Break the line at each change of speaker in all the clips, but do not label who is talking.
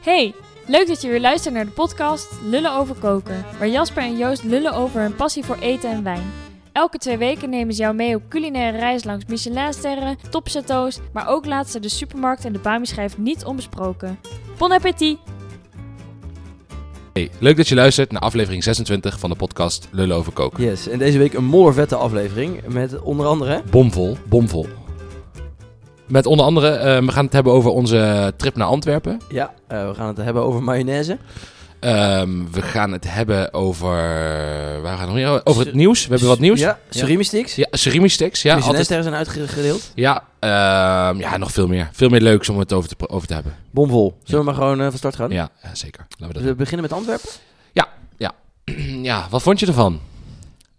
Hey, leuk dat je weer luistert naar de podcast Lullen over Koken, waar Jasper en Joost lullen over hun passie voor eten en wijn. Elke twee weken nemen ze jou mee op culinaire reis langs Michelinsterren, topchateaus, maar ook laten ze de supermarkt en de bami-schijf niet onbesproken. Bon appétit!
Hey, leuk dat je luistert naar aflevering 26 van de podcast Lullen over Koken.
Yes, en deze week een mollervette aflevering met onder andere...
Bomvol, bomvol. Met onder andere, eh, we gaan het hebben over onze trip naar Antwerpen.
Ja, eh, we gaan het hebben over mayonaise.
Ehm, we gaan het hebben over... Waar gaan we nog meer? Over het nieuws. We hebben wat nieuws.
Ja, surimi sticks.
Ja, surimi sticks. Ja,
Ja,
altijd,
zijn uitgedeeld.
ja, ehm, ja, nog veel meer. Veel meer leuks om het over te, pr- over te hebben.
Bomvol. Zullen we maar gewoon eh, van start gaan? Dus
Ja, eh, zeker. Laten we dat
We beginnen met Antwerpen?
doen. Ja, wat vond je ervan?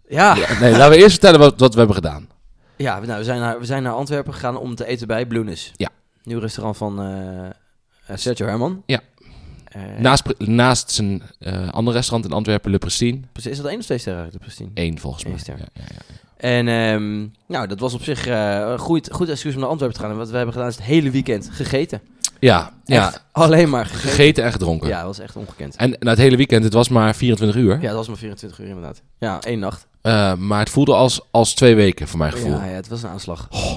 Ja.
Ja, nee, laten we eerst vertellen wat, wat we hebben gedaan.
Ja, nou, we, zijn naar, we zijn naar Antwerpen gegaan om te eten bij Bloenis.
Ja.
Nieuw restaurant van eh, eh, Sergio Herman.
Ja. Nou.
Eh,
Naast, pre- naast zijn eh ander restaurant in Antwerpen, Le Pristine.
precies, is dat één of twee sterren uit de Pristine?
Eén volgens mij.
Eén ster.
Ja, ja, ja.
En ehm, nou, dat was op zich eh, een goed, goed excuus om naar Antwerpen te gaan. En wat we hebben gedaan is het hele weekend gegeten.
Ja, ja.
Echt alleen maar gegeten.
Gegeten en gedronken.
Ja, dat was echt ongekend.
En na het hele weekend, het was maar 24 uur.
Ja, dat was maar 24 uur inderdaad. Ja, één nacht.
Eh, maar het voelde als, als twee weken, voor mijn gevoel.
Ja,
Ja,
ja, het was een aanslag.
Oh.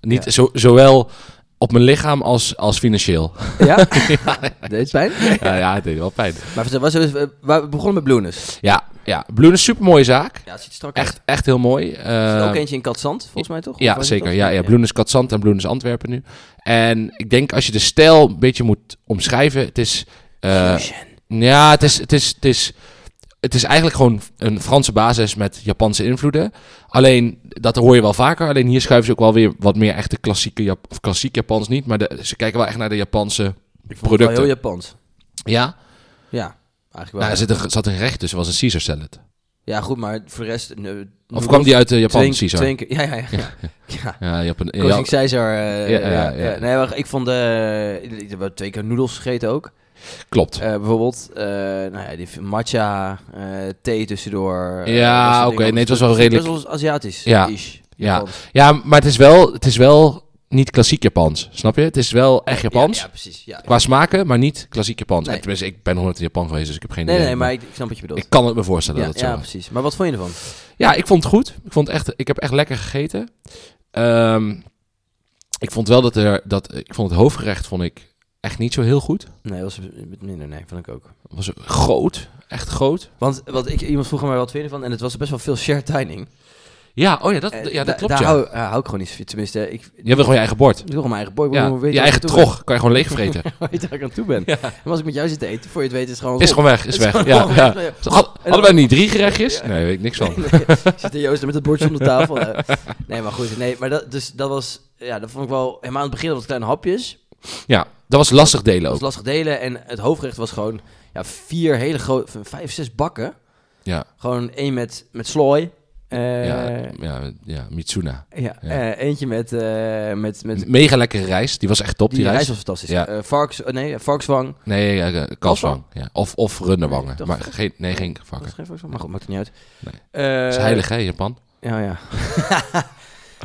Niet
Ja.
Zo, zowel op mijn lichaam als, als financieel.
Ja? Deed het pijn?
ja, ja, het deed wel pijn.
Maar vertel, was, we begonnen met Bloenus.
Ja, ja. Bloem is super mooie zaak.
Ja, het ziet er strak
Echt, echt heel mooi.
uit. Er
Eh,
zit ook eentje in Katzand, volgens mij toch? Of
ja,
was
zeker.
het
Ja, ja, Bloem is Katzand en Bloem is Antwerpen nu. En ik denk als je de stijl een beetje moet omschrijven, het is... eh,
Fusion.
Ja, het is, het, is, het, is, het is eigenlijk gewoon een Franse basis met Japanse invloeden. Alleen, dat hoor je wel vaker. Alleen hier schuiven ze ook wel weer wat meer echte klassieke Jap of klassiek Japans niet. Maar de, ze kijken wel echt naar de Japanse
Ik vond het wel
producten.
heel Japans.
ja,
Ja, eigenlijk wel.
nou, er zit een, zat een gerecht tussen. was een Caesar salad.
Ja, goed, maar voor de rest... nee,
Of kwam die uit de Japan,
twee-
Caesar?
twee keer- Ja, ja, ja. ja.
ja, Japan, ja,
Koning Caesar. eh,
Ja,
ja,
ja, ja.
Nee, maar ik vond... eh ik heb wel twee keer noedels gegeten ook.
klopt.
Eh, bijvoorbeeld, eh, nou ja, die matcha, eh, thee tussendoor. eh,
Ja,
dat soort dingen.
oké, nee, het was wel
Best
redelijk-
Best wel Aziatisch.
Ja, ja. ja, maar het is, wel, het is wel niet klassiek Japans, snap je? Het is wel echt Japans.
Ja, ja, precies. Ja.
Qua smaken, maar niet klassiek Japans.
Nee.
En Tenminste, ik ben nooit in Japan geweest, dus ik heb geen
Nee,
idee.
nee, maar ik, ik snap wat je bedoelt.
Ik kan het me voorstellen
ja,
dat het
ja,
zo was.
precies. Maar wat vond je ervan?
Ja, ik vond het goed. Ik, vond echt, ik heb echt lekker gegeten. Ehm, ik vond wel dat er... Dat, ik vond het hoofdgerecht vond ik echt niet zo heel goed.
Nee, dat was met minder. Nee, vond ik ook.
Het was groot. Echt groot.
Want wat ik, iemand vroeg mij wat vind je ervan en het was best wel veel shared dining.
Ja, oh ja, dat,
Eh,
ja,
da-
dat klopt
daar
ja.
hou, eh, hou ik gewoon niet van. Tenminste, ik,
Je wil gewoon je eigen bord.
ik wil gewoon mijn eigen boy.
Ja,
hoe weet
je eigen trog kan je gewoon leegvreten.
Weet je waar ik aan toe ben? En als ik met jou zit te eten, voor je het weet is het gewoon...
is
op.
gewoon weg, is
Het is
weg. Ja,
gewoon
ja.
weg.
Had- hadden wij niet drie gerechtjes? Nee, weet ik niks van.
Nee, nee. Zit de Joost met het bordje om de tafel. eh. Nee, maar goed. Nee, maar dat, dus dat was... Ja, dat vond ik wel... Helemaal aan het begin wat kleine hapjes.
Ja, dat was lastig delen
Dat was
ook.
lastig delen. En het hoofdgerecht was gewoon ja, vier hele grote... Vijf, zes bakken.
Ja,
Gewoon één met, met slooi. Eh,
ja,
ja.
ja, ja, Mitsuna.
eh, eentje met, eh, met, met...
Mega lekkere rijst. Die was echt top, die,
die
rijst.
rijst was fantastisch.
Ja.
Eh, varkens, oh, nee, varkenswang.
Nee, ja, ja, kalfswang. Ja. Of, of runderwangen.
Nee, toch?
maar geen, nee, geen
Dat
varken.
is geen varkenswang, maar goed, maakt het niet uit.
Nee.
Eh,
Dat is heilig, hè, Japan?
Ja, ja.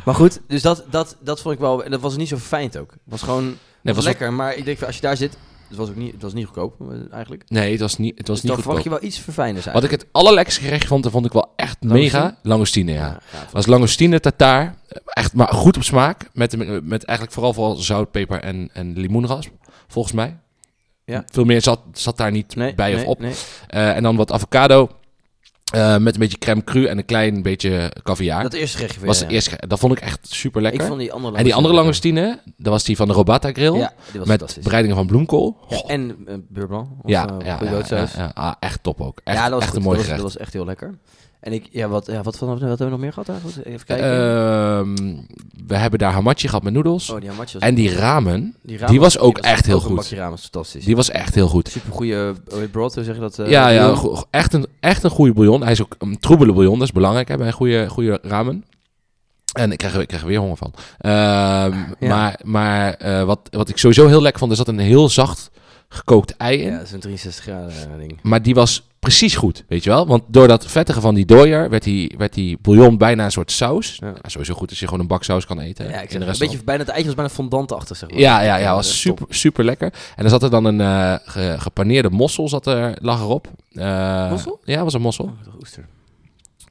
maar goed, dus dat, dat, dat vond ik wel... En dat was niet zo fijn ook. Het was gewoon
Nee, het was,
lekker, maar ik denk, van, als je daar zit... Het was ook niet, het was niet goedkoop, eh, eigenlijk.
nee, het was niet, het was
dus dan
niet
verwacht
goedkoop.
je wel iets verfijnders
Wat ik
eigenlijk.
het allerlekkerste gerecht vond, dat vond ik wel echt
Langoustine?
mega. Langoustine, ja.
Ja, ja,
was langoustine tartaar. Echt maar goed op smaak. Met, met eigenlijk vooral vooral zout, peper en, en limoenrasp, volgens mij.
Ja.
Veel meer zat, zat daar niet
nee,
bij of
nee,
op.
nee.
Eh, en dan wat avocado. eh, met een beetje crème cru en een klein beetje caviar. Dat
Dat eerste gerechtje voor
was
jou,
het
ja.
eerste. ge- Dat vond ik echt super lekker.
Ik vond die andere
En die andere
lekker.
langoustine, dat was die van de Robata Grill.
Ja, die was
met
fantastisch.
bereidingen van bloemkool.
Ja,
Goh,
en uh, beurre blanc. Of,
ja,
eh,
ja,
goede
ja,
roodsaus.
ja, ja. Ah, echt top ook. Echt,
Ja, dat was
echt
goed.
een mooi
dat was,
gerecht.
dat was echt heel lekker. En ik, ja, wat, ja, wat, van, wat hebben we nog meer gehad eigenlijk?
Eh,
Even kijken.
Ehm, we hebben daar hamachi gehad met noedels.
oh, die hamachi was...
en die ramen,
ramen
die was ook echt heel
een
goed.
bakje ramen was fantastisch.
die was echt heel goed.
Super goede brood, hoe zeg je dat? eh,
ja, ja
bouillon?
go- go- echt, een, echt een goede bouillon. Hij is ook een troebele bouillon, dat is belangrijk hè, bij een goede, goede ramen. En ik krijg, er- ik krijg er weer honger van. Ehm,
Ja.
Maar, maar eh, wat, wat ik sowieso heel lekker vond, er zat een heel zacht gekookt ei in.
Ja, dat is een 63 graden eh, ding.
Maar die was precies goed, weet je wel? Want door dat vettige van die dooier werd die, werd die bouillon bijna een soort saus.
Ja.
Nou, sowieso goed als je gewoon een bak saus kan eten.
Ja, ik
in
zeg,
de
een
rest
beetje bijna het eitje was bijna fondantachtig, zeg maar.
Ja, ja, ja,
dat
was
is
super, super lekker. En dan zat er dan een eh, ge- gepaneerde mossel zat er, lag erop. Eh,
Mossel?
Ja, was een mossel.
Oh, de oester.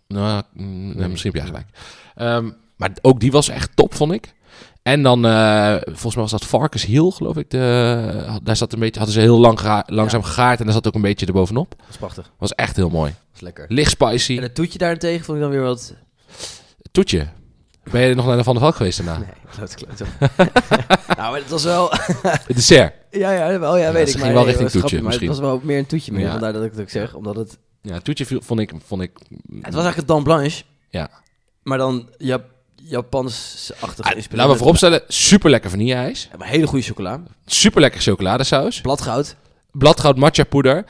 Nou, mm,
Nee.
misschien heb jij gelijk. Ehm, maar ook die was echt top, vond ik. En dan, eh, volgens mij was dat Varkenshiel, geloof ik. De, daar zat een beetje, hadden ze heel lang gera- langzaam gegaard en daar zat ook een beetje erbovenop.
Dat is prachtig. Dat
Was echt heel mooi.
is lekker.
Licht spicy.
En het toetje daarentegen vond ik dan weer wat...
Toetje. Ben je nog naar de Van der Valk geweest daarna?
Nee, klote, klote. nou, maar het was wel...
Het dessert.
ja, ja, wel, ja,
Ja,
weet
ze
ik.
ging
maar,
wel
nee,
richting
het was
toetje,
grappig, Maar het
misschien.
was wel meer een toetje meer,
Ja.
vandaar dat ik het ook zeg. Omdat het...
Ja, toetje viel, vond ik... Vond ik
Het was eigenlijk dan blanche.
Ja.
Maar dan Jap Japans-achtig
Ah,
geïnspireerd.
Laten we vooropstellen, super lekker vanille-ijs.
Ja, Maar hele goede chocola.
Super lekker chocoladesaus.
Bladgoud.
Bladgoud matcha poeder.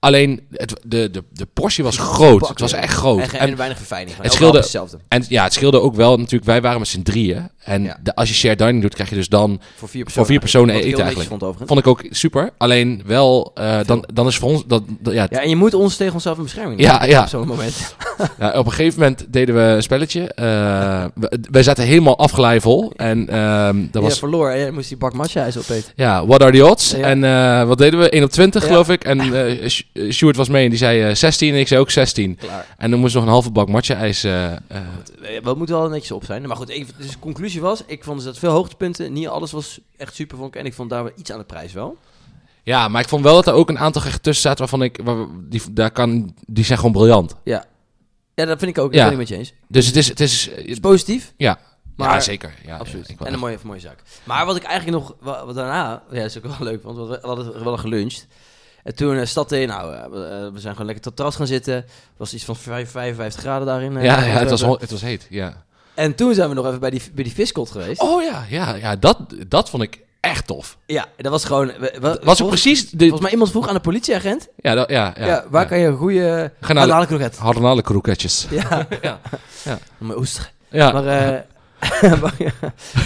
Alleen, het, de, de, de portie was groot. Het was echt groot.
En, geen- en
Oh, En,
weinig verfijning.
het
Het
scheelde-
scheelde... hetzelfde.
en ja, het scheelde ook wel natuurlijk, wij waren met z'n drieën. En
Ja.
de, als je shared dining doet, krijg je dus dan...
Voor vier personen.
vier personen
Wat ik
eten
heel netjes
eigenlijk.
Vond overigens.
Vond ik ook super. Alleen wel, eh, dan, dan is voor ons... Dat, dat- ja,
Ja, en je moet ons tegen onszelf in bescherming
Ja,
nemen
ja.
Op zo'n moment.
Nou, op een gegeven moment deden we een spelletje. Eh, we- wij zaten helemaal afgeleid vol. En ehm dat
Dat was...
was...
Je verloor en je moest die bak matcha ijs opeten.
Ja, what are the odds?
Ja.
En eh, wat deden we? 1 op 20
Ja.
geloof ik. En eh, Sj- eh, Sjoerd was mee en die zei eh, 16 en ik zei ook 16.
Klaar.
En dan moest nog een halve bak matcha ijs. eh, eh,
Eh, We moeten wel netjes op zijn. Maar goed, ik, dus de conclusie was, ik vond dus dat veel hoogtepunten. Niet alles was echt super vond ik. En ik vond daar wel iets aan de prijs wel.
Ja, maar ik vond wel dat er ook een aantal gerechten tussen zaten waarvan ik... Waar, die, daar kan, die zijn gewoon briljant.
Ja, dat vind ik ook.
Ja.
Dat ben ik met je eens. Het
Dus het is... Het is eh,
is positief.
Ja.
Maar
ja, zeker. Ja,
Absoluut.
ja, ik wou echt-
en een mooie, mooie zaak. Maar wat ik eigenlijk nog wa- wat daarna, ja, dat is ook wel leuk, want we we hadden we hadden geluncht. En toen eh, stad in, nou, eh, we, eh, we zijn gewoon lekker tot terras gaan zitten. Het was iets van vijf- 55 graden daarin. eh,
ja, ja, het, was,
Antwerpen.
ho- het was heet, ja.
En toen zijn we nog even bij die, bij die viskot geweest.
Oh ja, ja, ja dat, dat vond ik echt tof.
Ja, dat was gewoon. we- we-
Was ook
volgens,
precies... De,
volgens mij iemand vroeg aan de politieagent.
ja, dat- ja,
Ja,
ja,
waar
ja.
kan je een goede.
Gaan naar-
Garnalen kroket.
Harnale kroeketjes.
Ja,
Ja. Ja.
Maar oester.
Ja.
Maar eh, waar,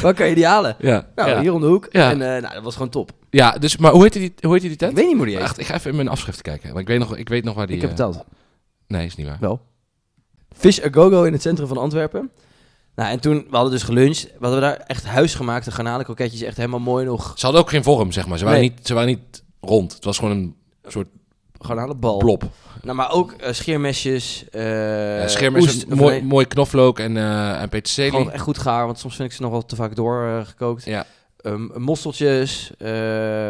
waar kan je die halen?
ja.
Nou,
ja.
hier om de hoek.
Ja.
En eh, nou, dat was gewoon top.
ja, dus, maar hoe heette die, hoe heette die
Ik
tent?
weet niet hoe die heet.
Echt, ik ga even in mijn afschrift kijken. Want ik weet nog, ik weet nog waar die...
ik heb
eh,
betaald.
nee, is niet waar.
Wel. Fish a Go-Go in het centrum van Antwerpen. Nou, en toen, we hadden dus geluncht. We hadden daar echt huisgemaakte garnalenkroketjes. Echt helemaal mooi nog.
Ze hadden ook geen vorm, zeg maar. Ze waren,
Nee.
niet, ze waren niet rond. Het was gewoon een
Garnalenbal.
plop.
Nou, maar ook eh, scheermesjes. eh
Ja, scherm is
oest,
een
of
mooi,
nee,
mooi knoflook en, eh en peterselie.
Gewoon echt goed gaar, want soms vind ik ze nog wel te vaak doorgekookt.
Ja.
Ehm, mosseltjes. eh,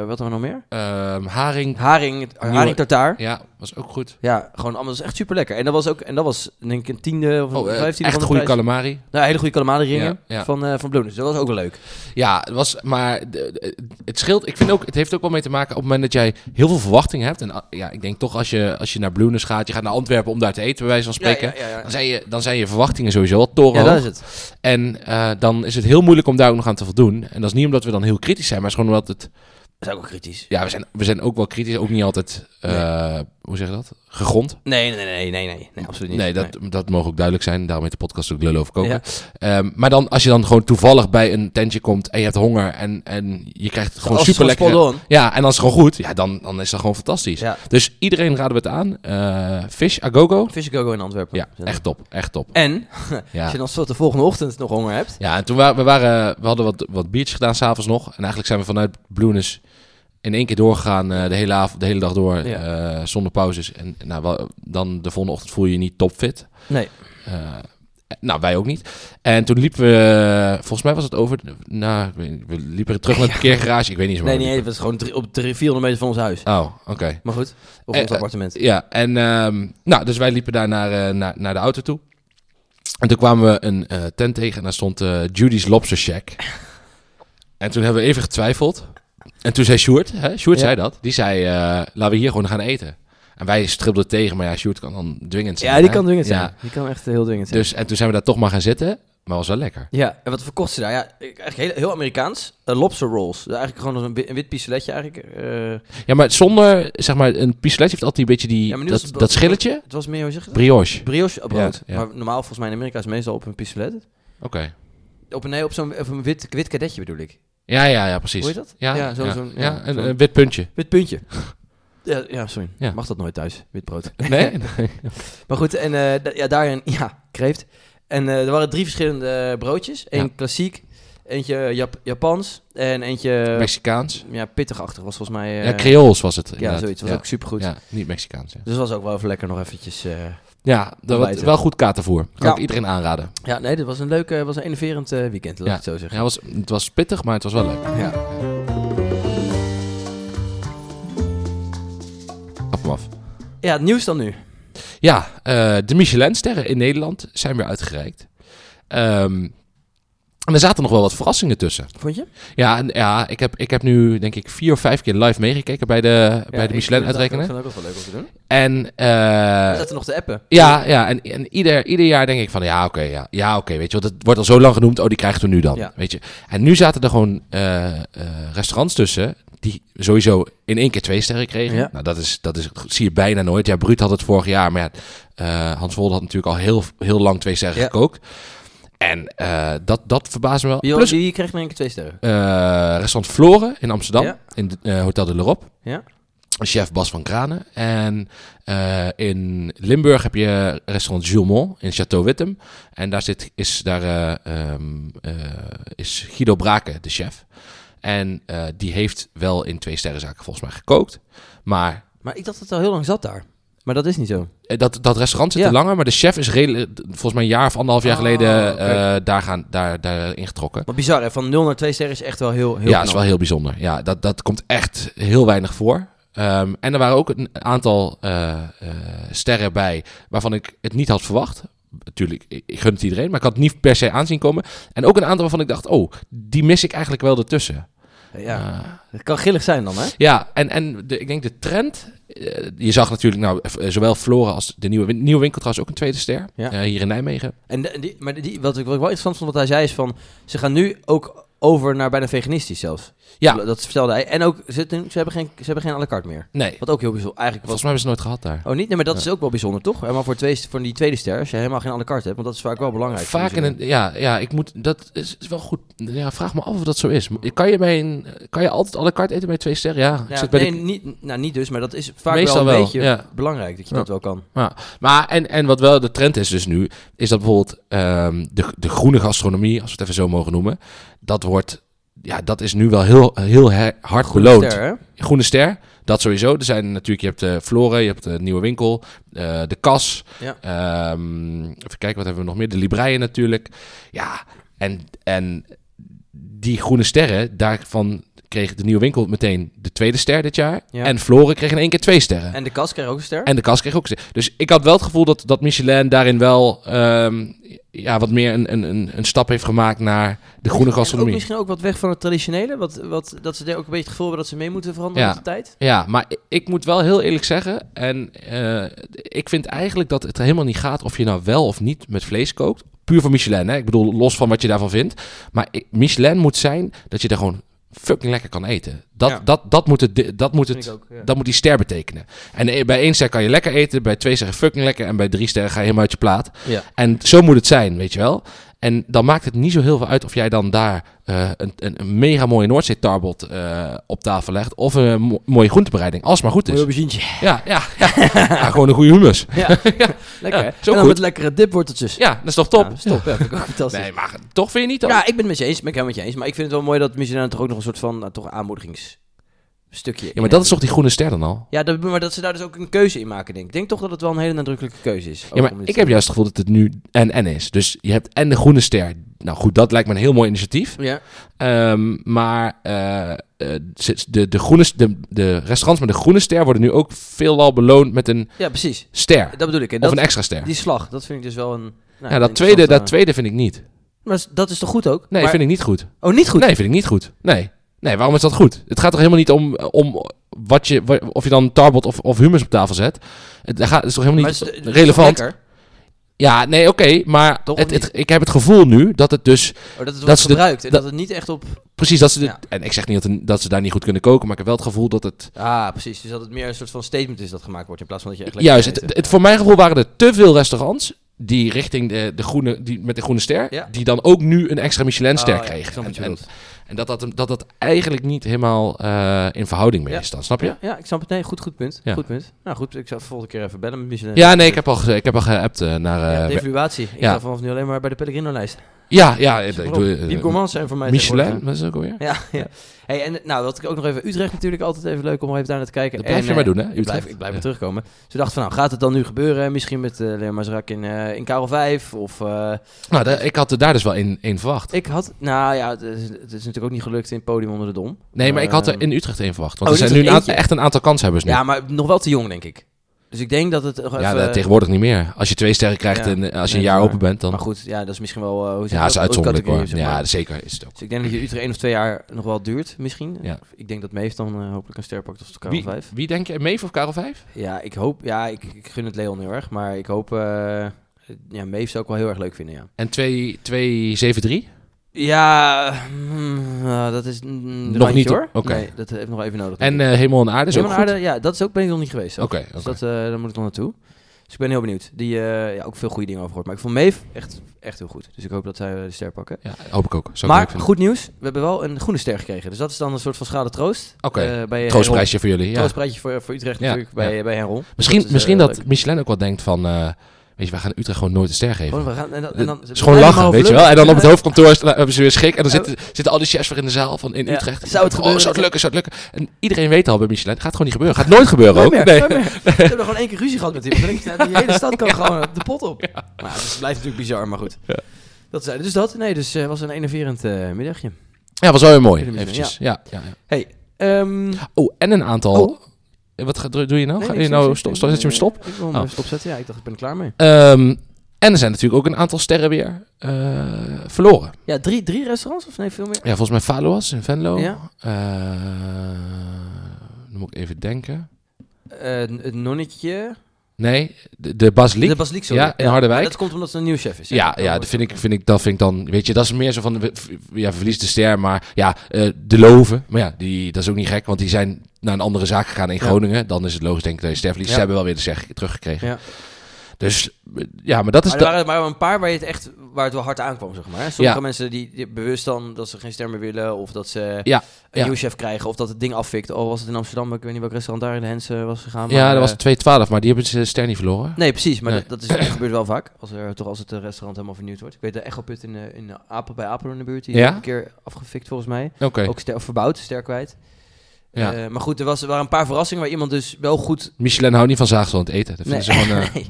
wat hebben we nog meer?
Ehm, haring.
Haring.
Nieuwe-
Haring tartaar.
Ja, was ook goed.
Ja, gewoon allemaal. Dat was echt super lekker. En dat was ook, en dat was denk ik een tiende of een
Oh, eh,
vijftiende
echt
van
goede
de prijs.
calamari.
Nou, hele goede calamari ringen
Ja, ja.
van, eh, van Bloem. Dus dat was ook wel leuk.
Ja, het was, maar de- de- het scheelt. Ik vind ook, het heeft ook wel mee te maken op het moment dat jij heel veel verwachting hebt. En ah, ja, ik denk toch als je, als je naar Bloenes gaat, je gaat naar Antwerpen om daar te eten, bij wijze van spreken.
Ja, ja, ja, ja.
Dan, zijn je, dan zijn je verwachtingen sowieso al torenhoog.
ja, dat is het.
En eh, dan is het heel moeilijk om daar ook nog aan te voldoen. En dat is niet omdat we dan heel kritisch zijn, maar het is gewoon omdat het...
Dat is ook wel kritisch.
Ja, we zijn, we zijn ook wel kritisch. Ook niet altijd, eh, hoe zeg je dat? Gegrond.
Nee, nee, nee, nee, nee, nee, nee absoluut niet.
Nee, dat, dat mogen ook duidelijk zijn. Daarom heet de podcast ook Lullen over koken.
Ja.
Ehm, maar dan, als je dan gewoon toevallig bij een tentje komt en je hebt honger en, en je krijgt het gewoon super lekker.
on.
Ja, en dan is het gewoon goed. Ja, dan, dan is dat gewoon fantastisch.
Ja,
Dus iedereen raden we het aan. Eh, Fish Agogo.
Fish Go Go in Antwerpen.
Ja, echt top. Echt top.
En, als
Ja.
je dan tot de volgende ochtend nog honger hebt.
Ja, en toen waren we, waren, we hadden wat, wat biertjes gedaan s'avonds nog. En eigenlijk zijn we vanuit Bloenis in één keer doorgegaan. eh, de, hele avond, de hele dag door.
Ja.
eh, zonder pauzes. En nou, wel- dan de volgende ochtend voel je je niet topfit.
Nee.
Eh, nou, wij ook niet. En toen liepen we, volgens mij was het over, nou, ik weet niet, we liepen terug naar het parkeergarage. Ik weet niet eens
Nee,
waar we
niet even. Het is gewoon drie- op drie- 400 meter van ons huis.
liepen. Oh, oké.
Maar goed, of
Eh,
ons
eh,
appartement.
Ja, en ehm, nou, dus wij liepen daar naar, eh, naar, naar de auto toe. En toen kwamen we een eh, tent tegen en daar stond eh, Judy's Lobster Shack. en toen hebben we even getwijfeld. En toen zei Sjoerd, hè, Sjoerd
Ja.
zei dat, die zei, eh, laten we hier gewoon gaan eten. En wij stribbelden tegen, maar ja, Sjoerd kan dan dwingend zijn.
Ja, die
hè?
kan dwingend zijn.
Ja,
Die kan echt heel dwingend zijn.
dus, en toen zijn we daar toch maar gaan zitten, maar was wel lekker.
Ja, en wat verkocht ze daar? Ja, ik- eigenlijk heel, heel Amerikaans. Eh, lobster rolls. Eigenlijk gewoon een, wi- een wit pistoletje eigenlijk. eh.
Ja, maar zonder, zeg maar, een pistolet heeft altijd een beetje die,
Ja, maar nu
dat,
was het-
dat schilletje.
het was meer, hoe zeg je dat?
Brioche.
Brioche brood.
Ja, ja.
Maar normaal volgens mij in Amerika is het meestal op een pistolet.
Oké.
Op een, nee, op zo'n op een wit, wit kadetje bedoel ik.
Ja, ja, ja, precies.
Hoe heet dat?
Ja,
Ja,
ja,
zo-
ja,
zo'n- ja,
een,
zo'n-
een wit puntje.
Wit puntje. ja, ja, sorry.
Ja.
Mag dat nooit thuis, wit brood.
Nee? Nee.
Maar goed, en eh, da- ja, daarin, ja, kreeft. En eh, er waren drie verschillende broodjes. Eén
Ja.
klassiek, eentje Jap- Japans en eentje
Mexicaans.
ja, pittigachtig was volgens mij... eh,
Eh, ja, Creools was het.
ja,
inderdaad.
zoiets. was ook supergoed.
Ja, niet Mexicaans. Ja,
Dus dat was ook wel even lekker nog eventjes... eh,
ja dat was
Ontbijten.
wel goed katervoer. Kan
Ja.
ik iedereen aanraden.
Ja, nee, dat was een leuk, eh, was een enerverend eh, weekend, laat
Ja.
ik het zo zeggen.
Ja, het, was, het was pittig, maar het was wel leuk.
Ja.
Kap hem af.
Ja, het nieuws dan nu.
Ja, eh, de Michelinsterren in Nederland zijn weer uitgereikt. Ehm, en er zaten nog wel wat verrassingen tussen.
Vond je?
Ja, en- ja ik, heb, ik heb nu denk ik vier of vijf keer live meegekeken bij de, bij de Michelin
uitrekenen.
uitrekening.
Dat vond ik ook wel leuk om te doen.
En
We
eh,
zaten nog te appen.
Ja, ja en, en ieder, ieder jaar denk ik van ja, oké, ja, ja, oké, weet je wel, dat wordt al zo lang genoemd, oh, die krijgen we nu dan,
Ja.
weet je. En nu zaten er gewoon eh, eh, restaurants tussen die sowieso in één keer twee sterren kregen.
Ja.
Nou, dat, is, dat is, zie je bijna nooit. Ja, Bruut had het vorig jaar, maar ja, eh, Hans Wolde had natuurlijk al heel, heel lang twee sterren
Ja.
gekookt. En eh, dat, dat verbaast me wel.
Wie,
Plus,
wie kreeg in één keer twee sterren?
eh, restaurant Floren in Amsterdam,
Ja.
in de- eh, Hotel de Lerop.
Ja.
Chef Bas van Kranen. En eh, in Limburg heb je restaurant Julmont in Château Wittem. En daar zit, is, daar, eh, ehm, eh, is Guido Brake de chef. En eh, die heeft wel in twee sterrenzaken volgens mij gekookt. Maar
Maar ik dacht dat het al heel lang zat daar. Maar dat is niet zo.
eh, Dat, dat restaurant zit
Ja.
er langer, maar de chef is redelijk, volgens mij een jaar of anderhalf jaar
Ah,
geleden
oké.
eh, daar, gaan, daar, daar ingetrokken.
Maar bizar, hè? Van 0 naar 2 sterren is echt wel heel, heel
ja,
knap.
is wel heel bijzonder. Ja, dat, dat komt echt heel weinig voor. Ehm, en er waren ook een aantal eh, eh, sterren bij waarvan ik het niet had verwacht. Natuurlijk, ik ik gun het iedereen, maar ik had het niet per se aanzien komen. En ook een aantal waarvan ik dacht, oh, die mis ik eigenlijk wel ertussen.
Ja,
Eh,
het kan gillig zijn dan, hè?
ja, en, en de, ik denk de trend. eh, je zag natuurlijk nou, eh, zowel Flora als de nieuwe, win- nieuwe winkel trouwens ook een tweede ster.
Ja.
eh, hier in Nijmegen.
En de- die, maar die, wat, ik, wat ik wel interessant vond wat hij zei is van... Ze gaan nu ook over naar bijna veganistisch zelfs.
Ja.
Dat vertelde hij. En ook, ze, ze, hebben, geen, ze hebben geen à la carte meer.
Nee,
Wat ook heel bijzonder. Eigenlijk was
volgens mij hebben ze het nooit gehad daar.
Oh, niet? Nee, maar dat is ook wel bijzonder, toch? En maar voor, twee, voor die tweede ster, als je helemaal geen à la carte hebt, want dat is vaak wel belangrijk.
Vaak in een, ja, ja, ik moet, dat is, is wel goed. Ja, vraag me af of dat zo is. Kan je, bij een, kan je altijd alle kaart eten bij twee sterren? Ja, ik
Ja,
zit bij
nee,
de-
niet, nou, niet dus, maar dat is vaak
Meestal
wel een
wel,
beetje
ja.
belangrijk dat je
Ja.
dat wel kan.
maar en, en wat wel de trend is dus nu, is dat bijvoorbeeld ehm, de, de groene gastronomie, als we het even zo mogen noemen, dat wordt, ja, dat is nu wel heel, heel her- hard beloond.
Ster, hè?
Groene ster, dat sowieso. Er zijn natuurlijk, je hebt de Floren, je hebt de Nieuwe Winkel, eh, de Kas.
Ja.
Ehm, even kijken, wat hebben we nog meer? De Libreien natuurlijk. Ja, en, en die Groene Sterren, daarvan kreeg de Nieuwe Winkel meteen de tweede ster dit jaar.
Ja.
En Floren kreeg in één keer twee sterren. En,
En de kast krijgt ook een ster.
de Kas kreeg ook een ster. Dus ik had wel het gevoel dat, dat Michelin daarin wel ehm, ja, wat meer een, een, een, een stap heeft gemaakt naar de groene
En ook
gastronomie.
misschien ook wat weg van het traditionele, wat, wat, dat ze er ook een beetje het gevoel hebben dat ze mee moeten veranderen
Ja. Dus
met de tijd.
Ja, maar i- ik moet wel heel eerlijk zeggen. En eh, ik vind eigenlijk dat het er helemaal niet gaat of je nou wel of niet met vlees kookt. Puur voor Michelin, hè? Ik bedoel, los van wat je daarvan vindt. Maar ik- Michelin moet zijn dat je daar gewoon fucking lekker kan eten. Dat,
Ja.
dat, dat moet het, di- dat moet
Vind ik
het,
ook, ja.
dat moet die ster betekenen. En eh, bij één ster kan je lekker eten, bij twee sterren fucking lekker en bij drie sterren ga je helemaal uit je plaat.
Ja.
En zo moet het zijn, weet je wel. En dan maakt het niet zo heel veel uit of jij dan daar eh, een, een, een mega mooie Noordzeetarbot eh, op tafel legt. Of een mo- mooie groentebereiding, als het maar goed is.
Mooi auberginetje.
Ja, ja, ja. Ja, gewoon een goede hummus.
Ja, lekker hè?
Ja,
En
is ook
dan
goed.
met lekkere dipworteltjes.
Ja, dat is toch top?
Ja, stop. Ja, vind ik ook fantastisch.
Nee, maar toch vind je niet dat?
Ja, Nou, ik ben het met je eens. Ben ik helemaal met je eens. Maar ik vind het wel mooi dat Michelin toch ook nog een soort van nou, toch aanmoedigingsstukje.
ja, maar dat is toch die groene ster dan al?
Ja, dat, maar dat ze daar dus ook een keuze in maken, denk ik. Ik denk toch dat het wel een hele nadrukkelijke keuze is.
Ja, maar ik heb juist het gevoel dat het nu en en is. Dus je hebt en de groene ster. Nou goed, dat lijkt me een heel mooi initiatief.
Ja,
Ehm, maar eh, eh, ze- de, de, groene, de, de restaurants met de groene ster worden nu ook veelal beloond met een
ja precies.
ster.
Dat bedoel ik. En
Of
dat,
een extra ster.
die slag, dat vind ik dus wel een... nou,
ja,
een
dat tweede, dat
interessante-
tweede vind ik niet.
Maar s- dat is toch goed ook?
Nee,
Maar-
vind ik niet goed.
Oh, niet goed?
Nee, vind ik niet goed. Nee. Nee, waarom is dat goed? Het gaat toch helemaal niet om, om wat je, wa- of je dan tarbot of, of hummus op tafel zet. Het gaat, het is toch helemaal
Maar
niet
het is- het is
relevant.
toch lekker? Oh,
Ja, nee, oké. maar
Toch
het,
niet?
het- ik heb het gevoel nu dat het dus...
Oh, dat het wordt
Dat ze de-
gebruikt en dat,
dat-
het niet echt op...
Precies dat ze... dit-
Ja.
En ik zeg niet dat, dat ze daar niet goed kunnen koken, maar ik heb wel het gevoel dat het...
Ah, precies. Dus dat het meer een soort van statement is dat gemaakt wordt in plaats van dat je echt lekker
Juist,
gaat
het,
eten.
het- voor mijn gevoel waren er te veel restaurants die richting de, de groene, die, met de groene ster,
Ja.
die dan ook nu een extra Michelinster
Oh, ja, ik
kregen.
snap wat
En-
je
en-
bedoelt.
En dat dat, hem- dat, dat eigenlijk niet helemaal eh, in verhouding meer
Ja.
is dan, snap je?
Ja, ja, ik snap het. Nee, goed, goed punt.
Ja.
Goed punt. Nou goed, ik zou de volgende keer even bellen met Michelin.
Ja, nee, ik heb al, ge- ik heb al geappt eh, naar... eh,
Ja, de
Ber-
evaluatie. Ik
ja.
ga vanaf nu alleen maar bij de Pellegrino-lijst.
ja, ja, ik
Zeg maar
doe...
op.
eh,
Die gourmands zijn voor mij
Michelin,
tegenwoordig.
dat is ook alweer.
Ja, ja. Hey, en nou, wat ik ook nog even... Utrecht natuurlijk altijd even leuk om even daar naar te kijken.
Dat blijf
En,
je maar
eh,
doen, hè?
Ik blijf, ik blijf maar terugkomen. Ze dachten van, nou, gaat het dan nu gebeuren? Misschien met eh Leon Mazerak in, eh, in Karel 5 of... eh,
Nou, daar- ik had er daar dus wel in, in verwacht.
Ik had, nou ja, het is, het is natuurlijk ook niet gelukt in het podium onder de dom.
Nee, maar ik had er
Ehm,
in Utrecht één verwacht. Want
oh,
er zijn nu
Utrecht
een aantal-
eentje.
echt een aantal kanshebbers nu.
Ja, maar nog wel te jong, denk ik. Dus ik denk dat het... nog
Ja,
even-
dat- tegenwoordig niet meer. Als je twee sterren krijgt
Ja.
en eh, als je
Nee,
een jaar
dat is
open bent,
Maar
dan...
goed, ja, dat is misschien wel... eh, hoe zeg je
Ja, is
dat?
uitzonderlijk hoor.
Categorie of zo, maar-
Ja, zeker is het ook.
Dus ik denk dat je Utrecht één of twee jaar nog wel duurt, misschien.
Ja.
Ik denk dat Mee heeft dan eh, hopelijk een ster pakt of Karel
Wie,
5.
wie denk je? Mee of Karel 5?
Ja, ik hoop... Ja, ik, ik gun het Leon heel erg, maar ik hoop... eh ja, Meef zou ik wel heel erg leuk vinden, ja.
En 2, 2, 7, 3?
Ja, mm, eh, dat is... mm,
Nog
randje,
niet,
hoor.
oké.
Nee, dat heeft nog wel even nodig.
En
denk ik.
eh, Hemel en Aarde is ook
Willem
goed?
Aarde, ja, dat is ook, ben ik nog niet geweest.
Oké,
Dus
oké.
dat, eh, daar moet ik nog naartoe. Dus ik ben heel benieuwd. Die, eh, ja, ook veel goede dingen over gehoord. Maar ik vond Meef echt, echt heel goed. Dus ik hoop dat zij eh, de ster pakken.
Ja, hoop ik ook. Zou ik leuk
maar
vinden.
goed nieuws, we hebben wel een groene ster gekregen. Dus dat is dan een soort van schade troost.
Oké,
Eh, bij Henron.
Troostprijsje voor jullie. Ja.
Troostprijsje voor, voor Utrecht
Ja,
natuurlijk, bij, bij Henron.
Misschien
Dat
dat,
is,
misschien
eh,
dat
leuk.
Michelin ook wel denkt van... eh, weet je, wij gaan Utrecht gewoon nooit een ster geven.
Gewoon, we gaan, en dan, en dan,
Het is gewoon lachen, weet je wel. En dan op het hoofdkantoor is- hebben ze weer schik. En dan zitten, zitten al die chefs weer in de zaal van in
Ja,
Utrecht.
zou het
Oh,
gebeuren?
Zou het lukken, zou het lukken. En iedereen weet al bij Michelin, het gaat gewoon niet gebeuren. Gaat nooit gebeuren ook.
Meer,
Nee.
nooit meer. We hebben gewoon één keer ruzie gehad met die. want ik- Die hele stad kan gewoon de pot op. Maar ja, dus het blijft natuurlijk bizar, maar goed. Dat is, dus dat, nee, dus eh was een enerverend eh, middagje.
Ja, was wel weer mooi.
Jullie Michelin,
Eventjes. Ja. Ja, ja.
Hey, ehm,
Oh, en een aantal... Eh, Wat ga- doe doe je nou?
nee,
Ga
niks,
je
niks,
nou stop,
niks.
zet je hem stop?
Ik wil hem
Oh.
even stopzetten. Ja, ik dacht, ik ben er klaar mee.
Ehm, en er zijn natuurlijk ook een aantal sterren weer eh, verloren.
Ja, drie, drie restaurants of nee, veel meer?
Ja, volgens mij Faloas in Venlo.
Ja.
Eh, dan moet ik even denken.
Eh, het nonnetje.
Nee, de, de Basiliek.
De Basiliek, sorry.
Ja, in Harderwijk.
maar Dat komt omdat ze een nieuw chef is. hè?
ja, ja dat, vind ik, vind ik, dat vind ik dan... Weet je, dat is meer zo van... we- v- Ja, verlies de ster, maar ja, eh, de loven. Maar ja, die, dat is ook niet gek, want die zijn naar een andere zaak gegaan in
Ja.
Groningen. Dan is het logisch denk ik dat je ster verliest.
Ja.
Ze hebben wel weer de ster teruggekregen.
Ja.
Dus eh, ja, maar dat is...
Maar er
de-
waren maar een paar waar, je het echt, waar het wel hard aankwam, zeg maar. hè? Sommige
Ja.
mensen die, die bewust dan dat ze geen ster meer willen... of dat ze
Ja,
een
ja.
nieuw chef krijgen... of dat het ding afvikt. Oh, was het in Amsterdam? Ik weet niet welk restaurant daar in de Hens eh, was gegaan. maar,
ja,
eh,
dat was 212, maar die hebben ze de ster niet verloren.
Nee, precies. Maar
Nee.
Dat, dat, is, dat gebeurt wel vaak. Als er, toch als het eh, restaurant helemaal vernieuwd wordt. Ik weet de Echoput in, eh, in Apel, bij Apeldoorn in de buurt. Die
Ja?
is een keer afgefikt volgens mij.
Oké.
Ook ster, of verbouwd, ster kwijt.
Ja.
Eh, maar goed, er, was, er waren een paar verrassingen waar iemand dus wel goed...
Michelin houdt niet van zaagsel aan het eten. Dat vinden
Nee.
ze gewoon... eh,
nee.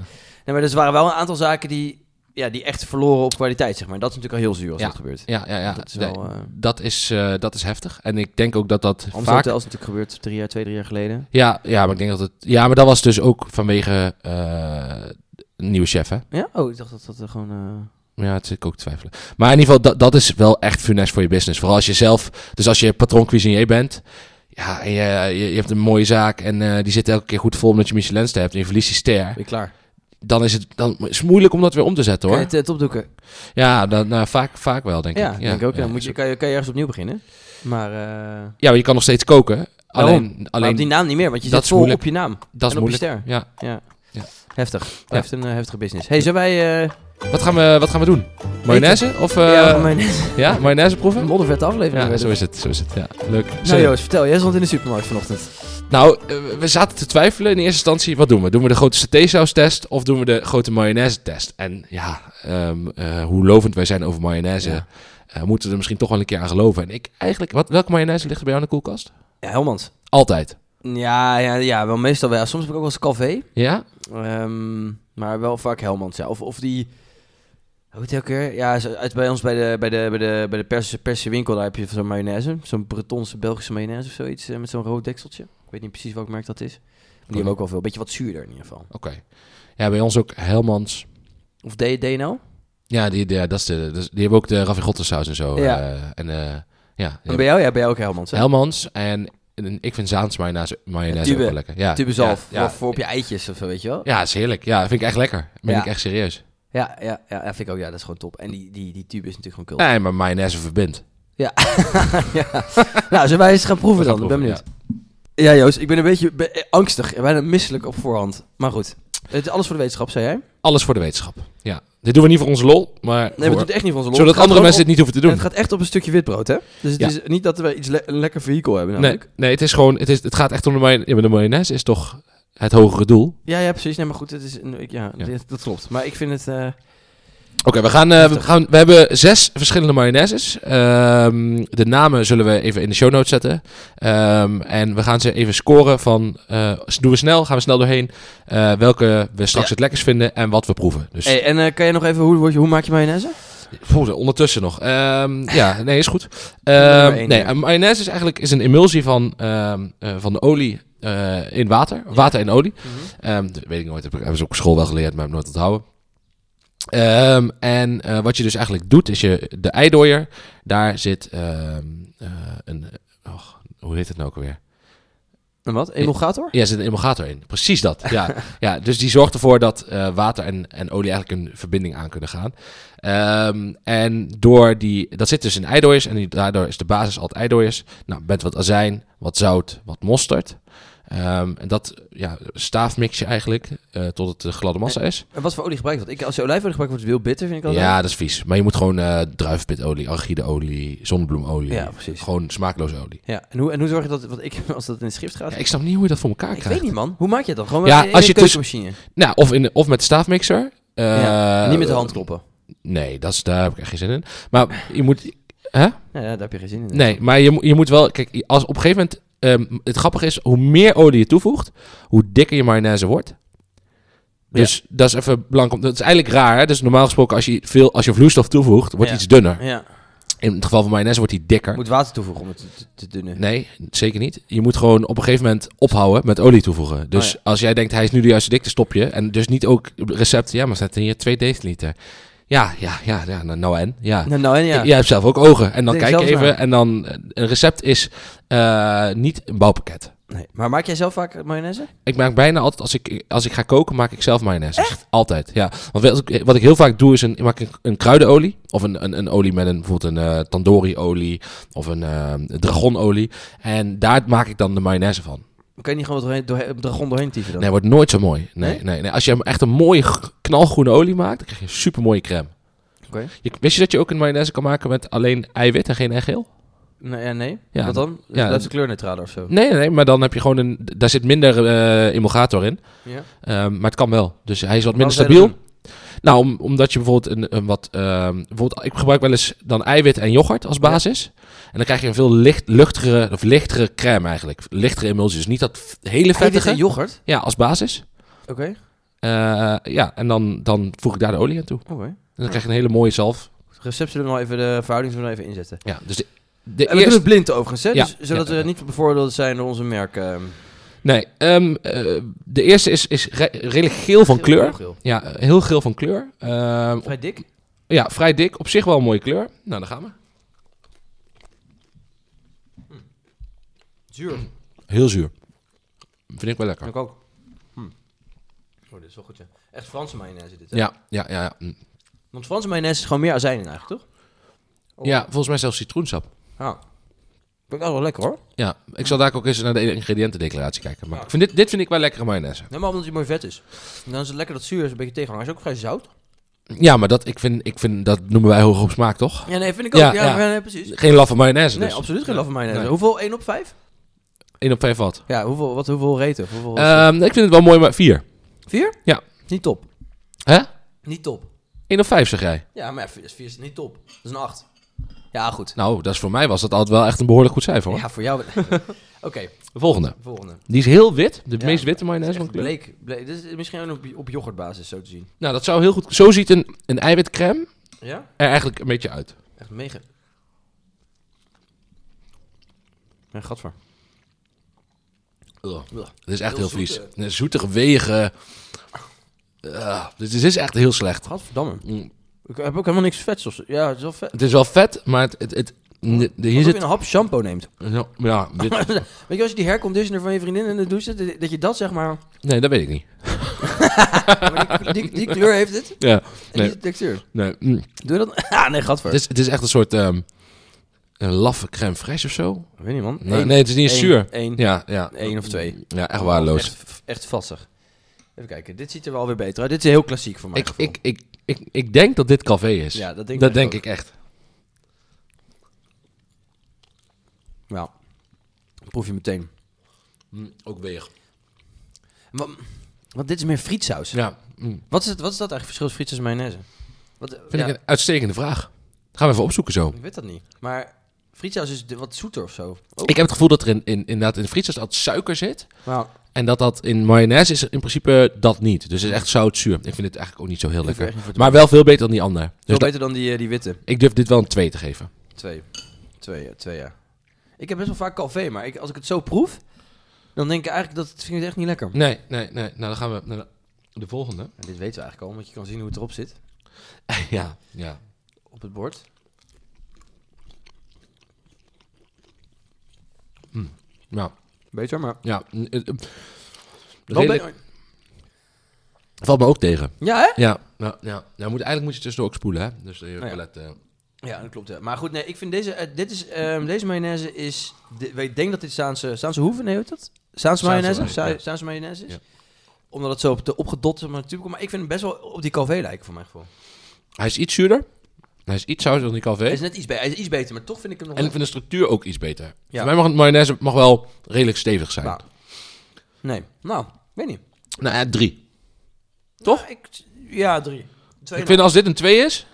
nee, maar dus er waren wel een aantal zaken die, ja, die echt verloren op kwaliteit, zeg maar. Dat is natuurlijk al heel zuur als dat gebeurt.
Ja, ja, ja.
Dat is
Nee,
wel... eh
dat is, eh, dat is heftig. En ik denk ook dat dat
Amsterdam
vaak...
Hotel is natuurlijk gebeurd drie jaar, twee, drie jaar geleden.
Ja, ja, maar ik denk dat het... Ja, maar dat was dus ook vanwege eh, een nieuwe chef, hè?
Ja? Oh, ik dacht dat dat er gewoon... eh,
Ja, dat zit ik ook te twijfelen. Maar in ieder geval, dat, dat is wel echt funest voor je business. Vooral als je zelf... Dus als je patroon cuisinier bent... Ja, en je, je, je hebt een mooie zaak en eh, die zit elke keer goed vol omdat je Michelinster hebt en je verliest die ster.
Ben je klaar?
Dan is het, dan is het moeilijk om dat weer om te zetten, hoor.
Kan je het eh, topdoeken?
Ja, dan, nou, vaak, vaak wel, denk
ja,
ik.
denk ik ook.
ja.
Dan moet je, kan, je, kan je ergens opnieuw beginnen. Maar, eh,
Ja, maar je kan nog steeds koken.
Daarom.
Alleen,
maar op
alleen
die naam niet meer, want je
dat
zit
is
vol
moeilijk.
op je naam.
dat is
en op je
moeilijk.
ster.
Ja.
Ja.
Ja.
Heftig.
Ja.
Heeft een eh, heftige business. hey, zijn wij... eh
Wat gaan we, wat gaan we doen? Mayonaise? Of, eh,
ja,
ja,
mijn
mayonaise proeven?
moddervette aflevering.
Ja,
werden.
zo is het. Zo is het. Ja, leuk.
Nou
Zo.
Joost, vertel. Jij stond in de supermarkt vanochtend.
Nou, eh, we zaten te twijfelen in eerste instantie. Wat doen we? Doen we de grote satésaus test of doen we de grote mayonaise test? En ja, ehm, eh, hoe lovend wij zijn over mayonaise,
Ja.
eh, moeten we er misschien toch wel een keer aan geloven. En ik eigenlijk, wat, welke mayonaise ligt er bij jou in de koelkast?
Ja, Helmans.
Altijd.
Ja, ja, ja, wel meestal wel. Ja, Soms heb ik ook wel eens café.
Ja?
Ehm, maar wel vaak Helmans, ja. Of, of die... Hoe heet die ook weer? Ja, zo- uit bij ons bij de, bij de, bij de, bij de Persische, Persische winkel, daar heb je zo'n mayonaise. Zo'n Bretonse, Belgische mayonaise of zoiets. eh, Met zo'n rood dekseltje. Ik weet niet precies welk merk dat is. Maar Die hebben ook wel veel. Beetje wat zuurder in ieder geval.
Oké. Ja, bij ons ook Helmans.
Of D- DNO?
Ja, die, die, ja, dat is de, dat is- die hebben ook de ravigotte saus en zo.
Ja.
eh, en eh, ja,
En bij jou? Ja, bij jou ook Helmans. hè?
Helmans en, en ik vind Zaans mayonaise, mayonaise
Tube.
ook wel lekker. Ja,
Tube
ja,
zalf.
Ja,
Of voor op je eitjes of zo, weet je wel?
ja, is heerlijk. Ja, vind ik echt lekker. Ben
Ja.
ik echt serieus.
Ja, ja, ja, ja, vind ik ook. Ja, dat is gewoon top. En die, die, die tube is natuurlijk gewoon kult.
Nee, maar mayonaise verbindt.
ja. Nou, zullen wij eens gaan proeven
We gaan
dan? Ik ben benieuwd.
proeven,
Ja. Joost, ik ben een beetje be- eh, angstig en bijna misselijk op voorhand. Maar goed, het is alles voor de wetenschap, zei jij.
Alles voor de wetenschap. Ja, Dit doen we niet voor onze lol, maar
Nee, we
voor-
doen het echt niet van onze lol.
zodat
Het gaat
andere
gewoon
mensen dit niet hoeven te
op- en
doen.
Het gaat echt op een stukje witbrood, hè? Dus het
Ja.
is niet dat we iets le- een lekker vehikel hebben
Nee,
namelijk.
nee, het is gewoon, het, is, het gaat echt om de mayonaise. Ja, maar de mayonaise is toch het hogere doel.
Ja, ja, precies. Nee, maar goed, het is een, ik- ja,
Ja.
dit- dat klopt. Maar ik vind het... eh,
Oké, we gaan, eh, we
Heftig.
gaan. We hebben zes verschillende mayonaises. Ehm, de namen zullen we even in de show notes zetten. Ehm, en we gaan ze even scoren van. eh, doen we snel, gaan we snel doorheen. eh, welke we straks
Ja.
het lekkers vinden en wat we proeven. Dus
hey, en eh, kan je nog even... Hoe, word je- hoe maak je mayonaise?
Oeh, ondertussen nog. Ehm, ja, nee, is goed.
Nummer
Ehm
één,
nee,
ja.
een mayonaise is eigenlijk is een emulsie van, ehm, eh, van de olie eh, in water. Water en olie. Ehm, dat weet ik nooit, heb ik hebben ze op school wel geleerd, maar heb ik nooit onthouden. Ehm, en eh, wat je dus eigenlijk doet, is je de eidooier, daar zit ehm, eh, een, och, hoe heet het nou ook alweer?
En wat? Emulgator?
Ja, er zit een emulgator in. Precies dat. Ja, ja dus die zorgt ervoor dat eh, water en, en olie eigenlijk een verbinding aan kunnen gaan. Ehm, en door die, dat zit dus in eidooiers en die, daardoor is de basis altijd eidooiers. Nou, met wat azijn, wat zout, wat mosterd. Ehm, en dat ja, staafmix je eigenlijk eh, tot het eh, gladde massa is.
En wat voor olie gebruikt wordt? Ik, als je olijfolie gebruikt, wordt het heel bitter, vind ik altijd.
Ja, dat is vies. Maar je moet gewoon eh druivenpitolie, argideolie, zonnebloemolie.
Ja, precies.
Gewoon smaakloze olie.
Ja, en hoe, en hoe zorg je dat... Want ik, als dat in het schrift gaat...
Ja, ik snap niet hoe je dat voor elkaar
ik
krijgt.
weet niet, man. Hoe maak je dat dan? Gewoon
Ja,
in, in
als
de
je tussen-
keukenmachine.
Nou, of, in, de- of met de staafmixer. Eh,
Ja, niet met de hand kloppen.
Nee, dat is, daar heb ik echt geen zin in. Maar je moet. Hè?
Ja, ja, daar heb je geen zin in.
Nee, maar je, moet- je moet wel. Kijk, als op een gegeven moment. ehm, het grappige is, hoe meer olie je toevoegt, hoe dikker je mayonaise wordt. Dus dat is even belangrijk. om- Dat is eigenlijk raar. Hè? Dus normaal gesproken, als je, veel, als je vloeistof toevoegt, wordt
Ja.
iets dunner.
Ja.
In het geval van mayonaise wordt die dikker.
Moet water toevoegen om het te, te dunnen.
Nee, zeker niet. Je moet gewoon op een gegeven moment ophouden met olie toevoegen. Dus
Oh ja.
als jij denkt, hij is nu de juiste dikte, stop je. En dus niet ook recepten. Ja, maar staat hier 2 deciliter. Ja, ja, ja, ja, nou, nou en? Ja.
Nou, nou en ja.
Ja. Jij hebt zelf ook ogen. En dan
Denk
kijk je
zelf
even.
na.
En dan, eh, een recept is eh, niet een bouwpakket.
Nee. Maar maak jij zelf vaak mayonaise?
Ik maak bijna altijd, als ik, als ik ga koken, maak ik zelf mayonaise. Echt? Altijd, ja. Want wat ik, wat ik heel vaak doe, is een, ik maak een, een kruidenolie. Of een, een, een olie met een, bijvoorbeeld een eh tandoori-olie. Of een eh, dragonolie. En daar maak ik dan de mayonaise van.
Kan je niet gewoon doorheen, doorheen, op dragon doorheen typen dan?
Nee, wordt nooit zo mooi. Nee,
Nee?
nee? Nee, Als je hem echt een mooie g- knalgroene olie maakt, dan krijg je een supermooie crème.
Oké.
Je, wist je dat je ook een mayonaise kan maken met alleen eiwit en geen eigeel?
Nee, ja, nee.
Ja.
Wat dan?
Ja.
Blijft de kleur neutraler of zo?
Nee, nee, nee, maar dan heb je gewoon een... Daar zit minder eh emulgator in.
Ja.
Ehm, maar het kan wel. Dus hij is wat
Waarom
minder
zou je dat
stabiel. Nou, om, omdat je bijvoorbeeld een, een wat... ehm, bijvoorbeeld, ik gebruik wel eens dan eiwit en yoghurt als
Ja.
basis. En dan krijg je een veel licht, luchtigere, of lichtere crème eigenlijk. Lichtere emulsie. Dus niet dat f- hele
Eiwit en
vettige.
yoghurt?
Ja, als basis.
Oké.
Eh, ja, en dan, dan voeg ik daar de olie aan toe.
Oké.
En dan krijg je een hele mooie zalf.
Het Recept zullen we nog even, de verhouding zullen we nog even inzetten.
Ja, dus de, de
En we doen
eerste...
het blind overigens, hè?
Ja.
Dus, zodat
Ja, ja,
we
ja.
niet bevoordeeld zijn door onze merk. ehm,
Nee, ehm, eh, de eerste is, is re- redelijk geel van
geel-
kleur.
geel.
Ja, eh, heel geel van kleur. Ehm, op-
Vrij dik.
ja, vrij dik. Op zich wel een mooie kleur. Nou, dan gaan we.
Zuur.
Heel zuur. Vind ik wel lekker.
Ik ook. Hm. Oh, dit is wel goed, ja. Echt Franse mayonaise dit, hè?
Ja, ja, ja. Ja, mm.
Want Franse mayonaise is gewoon meer azijn in eigenlijk, toch? Oh.
ja volgens mij zelfs citroensap.
Ah. Vind ik ook wel lekker, hoor.
Ja, ik zal daar ook eens naar de ingrediëntendeclaratie kijken. Maar
Ja.
ik vind dit, dit vind ik wel lekkere mayonaise.
Nee, maar omdat hij mooi vet is. En dan is het lekker dat zuur is een beetje tegenhang. Hij is ook vrij zout.
Ja, maar dat, ik vind, ik vind, dat noemen wij hoog op smaak, toch?
Ja, nee, vind ik ook.
Ja,
Ja,
ja.
maar, nee, precies.
Geen laffe mayonaise
nee,
dus.
absoluut geen love mayonaise.
Nee.
Hoeveel? 1 op 5?
1 op 5 wat.
Ja, hoeveel, wat, hoeveel reten? Hoeveel
Ehm, ik vind het wel mooi, maar 4.
4?
ja.
Niet top.
Hè?
Niet top.
1 op 5 zeg jij?
Ja, maar 4 is, vier is niet top. Dat is een 8. Ja, goed.
Nou, dat is voor mij was dat altijd wel echt een behoorlijk goed cijfer hoor.
Ja, voor jou. Oké,
De volgende.
volgende.
Die is heel wit. De
Ja,
meest witte
Het is
mayonaise
echt
van kleur.
bleek, bleek. Dit is misschien ook op, op yoghurtbasis zo te zien.
Nou, dat zou heel goed... Zo ziet een, een eiwitcreme
Ja?
er eigenlijk een beetje uit.
Echt mega. Ja, gadver.
Ugh. Dit is echt
Heel
heel vies.
zoete.
Een Zoetige wegen. Ugh. Dit is- dit is echt heel slecht.
Gadverdamme.
Mm.
Ik heb ook helemaal niks vets of zo. Ja, het is wel vet.
Het is wel vet, maar het... het, het de- de- hier
Als je
zit...
een hap shampoo neemt.
Ja, ja, dit-
Weet je, als je die hairconditioner van je vriendin in de douche zet, dat- dat je dat zeg maar...
nee, dat weet ik niet.
maar die, die, die kleur heeft het.
Ja,
En
Nee. Dus-
die textuur.
nee. mm.
Doe je dat? Ah, nee, gadver.
Het, is, het is echt een soort... ehm, een laffe crème fraîche of zo.
Ik weet niet, man.
Nee,
Eén.
nee, het is niet eens
Eén.
zuur.
Eén.
Ja, ja.
Eén of twee.
Ja, echt waardeloos.
Echt, echt vassig. Even kijken, dit ziet er wel weer beter uit. Dit is heel klassiek voor mij.
Ik, ik, ik, ik, ik denk dat dit Calvé is.
Ja, dat denk ik
dat
echt
denk
ook.
ik echt.
Ja. Dat proef je meteen. Mm,
ook weer.
Wat, want dit is meer frietsaus.
Ja, mm.
Wat, is het, wat is dat eigenlijk verschil tussen frietsaus en mayonaise? Wat, eh,
vind
ja,
ik een uitstekende vraag. Gaan we even opzoeken zo.
ik weet dat niet. Maar frietsaus is de- wat zoeter of zo. Oh.
Ik heb het gevoel dat er in, in, inderdaad in frietsaus dat suiker zit.
Nou,
En dat dat in mayonaise is er in principe dat niet. Dus het is echt zoutzuur. Ik vind het eigenlijk ook niet zo heel
ik
lekker.
weet niet of het-
Maar wel veel beter dan die ander. Dus
veel
dat-
beter dan die, eh, die witte.
ik durf dit wel een 2 te geven.
Twee. Twee, ja, twee, ja. Ik heb best wel vaak Calvé, maar ik, als ik het zo proef, dan denk ik eigenlijk dat het, vind ik het echt niet lekker.
Nee, nee, nee. Nou, dan gaan we naar de, de volgende.
En dit weten we eigenlijk al, want je kan zien hoe het erop zit.
ja, ja.
Op het bord.
Nou,
Beter, maar...
ja. mm, eh, eh,
Wel
redelijk-
beter.
Valt me ook tegen.
Ja, hè?
Ja, ja, ja. Nou, moet, eigenlijk moet je tussendoor ook spoelen, hè? Dus je
ja.
toilet, eh,
Ja, dat klopt. Ja. Maar goed, nee, ik vind deze, eh, dit is, ehm, deze mayonaise is, de- ik denk dat dit Saanse, Saanse hoeven, nee, hoe heet dat? Saanse mayonaise?
mayonaise,
Sa-
ja.
Saanse mayonaise is.
Ja.
Omdat het zo op de opgedotte manier komt. Maar ik vind hem best wel op die Calvé lijken, voor mijn gevoel.
Hij is iets zuurder. Hij is iets zouter dan die calvé.
Hij is net iets, be- hij is iets beter, maar toch vind ik hem nog
En ik
wel-
vind de structuur ook iets beter.
Ja.
Voor mij mag het mayonaise mag wel redelijk stevig zijn.
Nou, Nee, nou, weet niet.
Nou, ja, drie.
Toch? Ja, ik, ja drie.
Ik vind als dit een 2 is,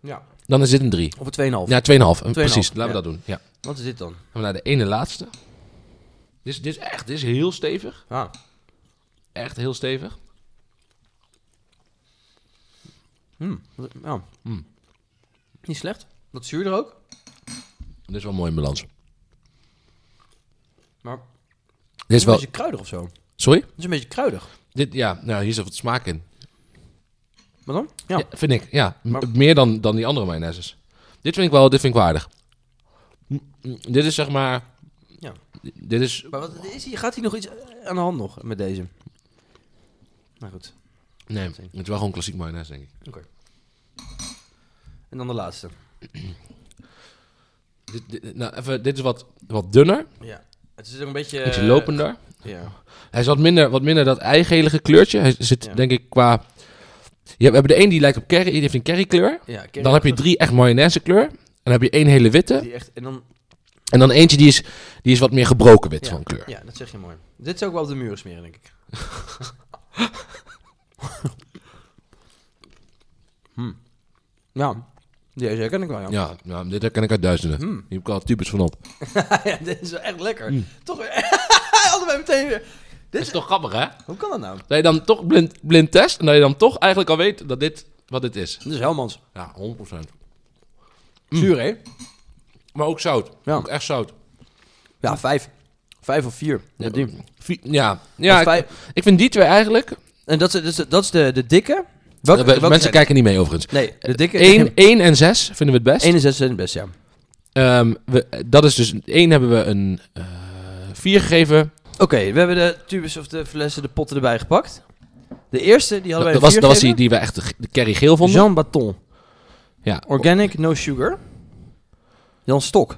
Ja.
dan is dit een 3.
Of een 2,5.
Ja, 2,5. Eh,
2,5,
Precies, laten
ja.
we dat doen. Ja. Dan
Wat is dit dan?
gaan we naar de ene laatste. Dit is, dit is echt, dit is heel stevig.
Ah,
Echt heel stevig.
hmm, wat- ja.
Hmm.
Niet slecht. Wat zuur er ook.
Dit is wel mooi in balans.
Maar
Dit is
een
wel...
beetje kruidig of zo. Het
Sorry?
is een beetje kruidig.
Dit, ja, nou, hier zit wat smaak in.
Wat dan? Ja.
Ja. vind ik, ja. M-
Oh. Maar-
Meer dan, dan die andere mayonaises. Dit vind ik wel, dit vind ik waardig. M- m- Dit is zeg maar...
Ja.
Dit is...
Maar wat is hier? Gaat hier nog iets eh, aan de hand nog met deze? Nou goed.
Nee, het is wel gewoon klassiek mayonaise, denk ik.
Oké. En dan de laatste.
Dit, dit, nou, even, dit is wat, wat dunner,
Ja. Het is ook een beetje...
ietsje
eh,
lopender.
Ja.
Hij is wat minder, wat minder dat eigenelige kleurtje. Hij zit,
Ja.
denk ik, qua... Ja, we hebben de één die lijkt op curry, die heeft een currykleur.
Ja, ken
Dan heb je drie echt mayonaise kleur. En dan heb je één hele witte.
Die echt, en dan,
En dan eentje die is, die is wat meer gebroken wit
ja,
van kleur.
Ja, dat zeg je mooi. Dit zou ik wel op de muren smeren, denk ik. Hmm. Ja, deze ken ik wel, ja.
Ja, ja, dit herken ik uit duizenden.
Hmm.
Hier heb ik al types van op.
ja, dit is wel echt lekker.
Mm.
Toch weer. Allebei meteen weer.
Dit is toch grappig, hè?
Hoe kan dat nou?
Dat je dan toch blind, blind test en dat je dan toch eigenlijk al weet dat dit wat dit is.
Dit is Helmans.
Ja, 100%. Hmm.
Zuur, hè?
Maar ook zout.
Ja.
Ook echt zout.
Ja, vijf. Vijf of vier.
Ja,
Op die.
vi- ja. ja
Of
ik, ik vind die twee eigenlijk...
En dat is, dat is, dat is de, de dikke. Welke,
Eh, we-
welke
mensen
zijn
kijken niet mee, overigens.
het? Nee, de dikke.
1, 1 en 6 vinden we het best.
1 en 6 zijn het best, ja.
Ehm, we, dat is dus... 1 hebben we een 4 gegeven.
Oké, we hebben de tubes of de flessen, de potten erbij gepakt. De eerste, die
Dat, dat
hadden wij
was,
een
dat was die
vier
die we echt de, g- de curry geel
gegeven.
vonden.
Jean Baton.
ja.
Organic, no sugar. Jan Stok.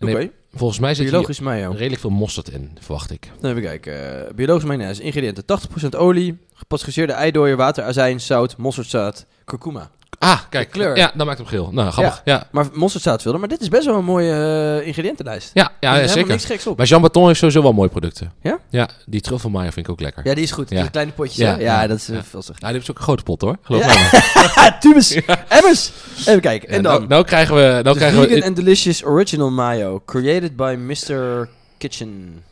Oké,
Nee, Volgens mij zit hier
biologisch mayo.
redelijk veel mosterd in, verwacht ik.
Dan even kijken. Eh, biologisch mayonaise. Ingrediënten 80% olie, gepasteuriseerde eidooier, water, azijn, zout, mosterdzaad, kurkuma.
Ah, kijk.
kleur.
Ja, dat maakt hem geel. Nou, grappig. Ja,
Maar mosterdzaad wilde, maar dit is best wel een mooie eh, ingrediëntenlijst.
ja,
Er
ja,
zit helemaal
zeker.
niks geks op.
Maar Jean Baton heeft sowieso wel mooie producten.
Ja?
Ja, die truffelmaaier vind ik ook lekker.
Ja, die is goed.
Ja.
Die kleine potjes.
Ja,
Ja, ja,
ja,
dat is eh,
ja.
vastig.
Nou, dit is ook een grote pot hoor. Geloof
Ja.
mij maar.
Ah, tubes! Emmers! Even kijken.
Ja,
En
nou,
dan...
nou krijgen we... Nou
The
krijgen
vegan
we
and delicious original mayo, created by Mr. Kitchen.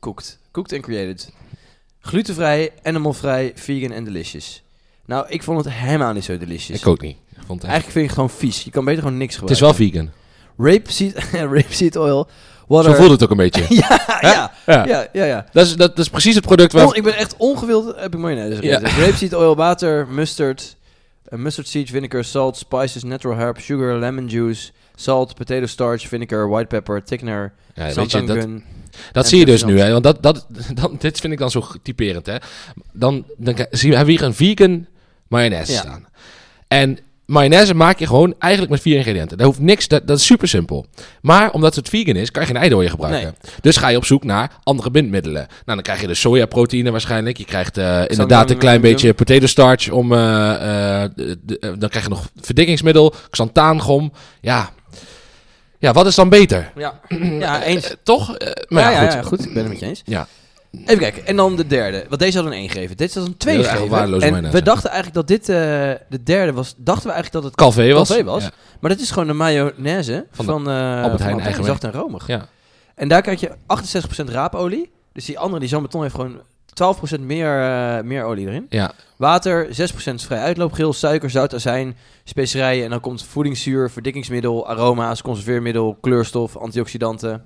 Cooked. Cooked and created. Glutenvrij, animalvrij, vegan and delicious. Nou, ik vond het helemaal niet zo delicious.
ik ook niet. Ik vond het, echt-
Eigenlijk vind ik het gewoon vies. Je kan beter gewoon niks
het is
gebruiken.
wel vegan.
Rapeseed, rapeseed oil,
Zo
water...
voelt het ook een beetje.
ja, ja,
Ja.
ja, ja, ja.
Dat, is, dat, dat is precies het product waar...
Oh, ik ben echt ongewild. Heb ik mayonaise
Ja.
gegeten. Rapeseed oil, water, mustard, eh, mustard seeds, vinegar, salt, spices, natural herb, sugar, lemon juice, salt, potato starch, vinegar, white pepper, thickener,
Ja, weet je, dat,
Santangun.
Dat
En
zie je dus nu,
interessant.
hè? Want dat, dat, dan, dit vind ik dan zo g- typerend, hè? Dan, dan k- zien we, hebben we hier een vegan mayonaise
Ja.
staan. En mayonaise maak je gewoon eigenlijk met vier ingrediënten. Daar hoeft niks, dat, dat is super simpel. Maar omdat het vegan is, kan je geen eidooien gebruiken. Dus ga je op zoek naar andere bindmiddelen. Nou, dan krijg je dus sojaproteïne waarschijnlijk. Je krijgt eh, inderdaad een klein
doen?
beetje potato starch om... eh, eh, de- de- eh, dan krijg je nog verdikkingsmiddel, xantaangom. Ja. ja, wat is dan beter?
Ja, ja eens.
Eh, Toch? Eh, maar ja, goed.
Ik ben het met je eens.
Ja.
Even kijken. En dan de derde. Want deze hadden we een 1 gegeven. Dit is een 2
Ja, echt
gegeven.
waardeloze
En
mayonaise.
we dachten eigenlijk dat dit eh, de derde was. Dachten we eigenlijk dat het
Calvé was.
Calvé was.
Ja.
Maar dat is gewoon de mayonaise
Van
van,
de
eh, van
Heijn eigen
Zacht en romig.
Ja.
En daar krijg je 68% raapolie. Dus die andere, die Jean-Beton, heeft gewoon 12% meer, eh, meer olie erin.
Ja.
Water, 6% is vrij uitloopgeel, suiker, zout, azijn, specerijen. En dan komt voedingszuur, verdikkingsmiddel, aroma's, conserveermiddel, kleurstof, antioxidanten.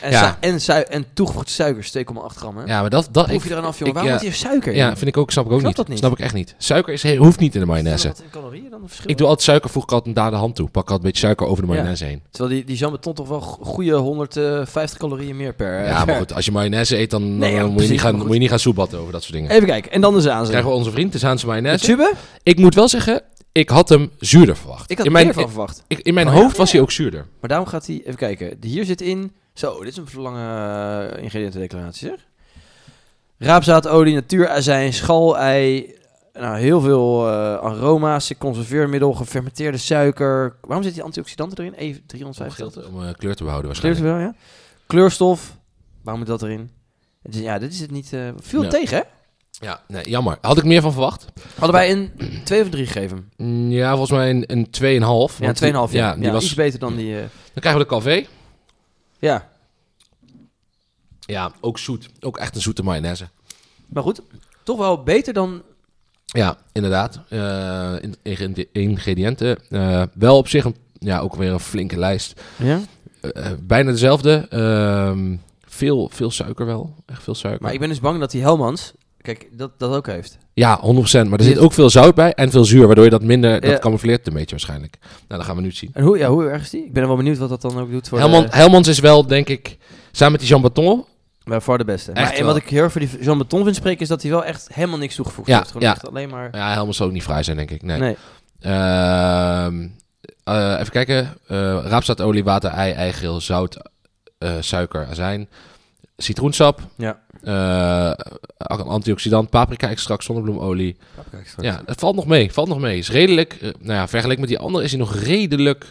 En,
Ja.
su- en, sui- en toegevoegde suikers, 2,8 gram. Hè?
ja, maar dat... dat
Proef je
ik-
eraan af,
ik-
jongen. Waarom
ja.
moet je suiker in?
Ja, vind ik ook, snap ik ook
Snap
niet.
dat niet.
Snap ik echt niet. Suiker is, he- hoeft niet in de mayonaise.
Zijn er wat calorieën dan een verschil?
Ik doe altijd suiker, voeg ik altijd daar de hand toe. Pak altijd een beetje suiker over de
Ja.
mayonaise heen.
Terwijl die, die Jean-Beton toch wel go- goede 150 calorieën meer per... eh,
Ja, maar
per-
goed, als je mayonaise eet, dan,
Nee,
dan
ja,
moet, je
precies,
niet gaan,
maar goed.
moet je niet gaan soebatten over dat soort dingen.
Even kijken. En dan de zaanzen.
Krijgen we onze vriend de Zaanse
De
mayonaise.
tube?
Ik moet wel zeggen, ik had hem zuurder verwacht.
Ik had
in
meer
mijn,
van verwacht.
ik- in mijn
Oh, ja?
hoofd was hij ook zuurder.
Maar daarom gaat hij... Even kijken. De- Hier zit in... Zo, dit is een lange eh, ingrediëntendeclaratie, zeg. Raapzaadolie, natuurazijn, schalei... Nou, heel veel eh, aroma's, conserveermiddel, gefermenteerde suiker. Waarom zit die antioxidanten erin? Even
Om,
350.
geld- om, eh, kleur te behouden
Kleurt
waarschijnlijk.
wel, ja. Kleurstof. Waarom moet dat erin? Het is- Ja, dit is het niet... eh, viel
Ja.
tegen, hè?
Ja, nee, jammer. Had ik meer van verwacht?
Hadden wij een 2 of 3 gegeven?
Mm, Ja, volgens mij een, een 2,5.
Ja,
want
2,5 ja.
die- Ja, die was,
iets beter dan die... eh,
dan krijgen we de calvé.
ja,
Ja, ook zoet. Ook echt een zoete mayonaise.
maar goed. Toch wel beter dan...
Ja, inderdaad. Eh, in- ingredi- ingrediënten. Eh, wel op zich een, ja, ook weer een flinke lijst.
Ja?
Eh, eh, bijna dezelfde. Ehm, veel, veel suiker wel. Echt veel suiker.
Maar ik ben dus bang dat die Helmans... Kijk, dat, dat ook heeft.
Ja, 100%. Maar er
Dit-
zit ook veel zout bij en veel zuur. Waardoor je dat minder...
Ja.
Dat camoufleert een beetje waarschijnlijk. Nou, dat gaan we nu zien.
En hoe, ja, hoe erg is die? Ik ben wel benieuwd wat dat dan ook doet voor
Helmond,
de,
Helmonds is wel, denk ik... Samen met die Jean Baton.
bij voor de beste. Maar,
Echt
en
wel.
wat ik heel erg voor die Jean Beton vind spreken... is dat hij wel echt helemaal niks toegevoegd
Ja,
heeft. Gewoon
ja.
echt alleen maar...
Ja, Helmonds zou ook niet vrij zijn, denk ik. Nee.
nee.
Ehm, eh, even kijken. Eh raapzaadolie, water, ei, eigeel, zout, eh, suiker, azijn. Citroensap.
Ja.
Eh, een antioxidant, paprika-extract, zonnebloemolie. Ja, het valt nog mee. Valt nog mee. Is redelijk, eh, nou ja, vergeleken met die andere is hij nog redelijk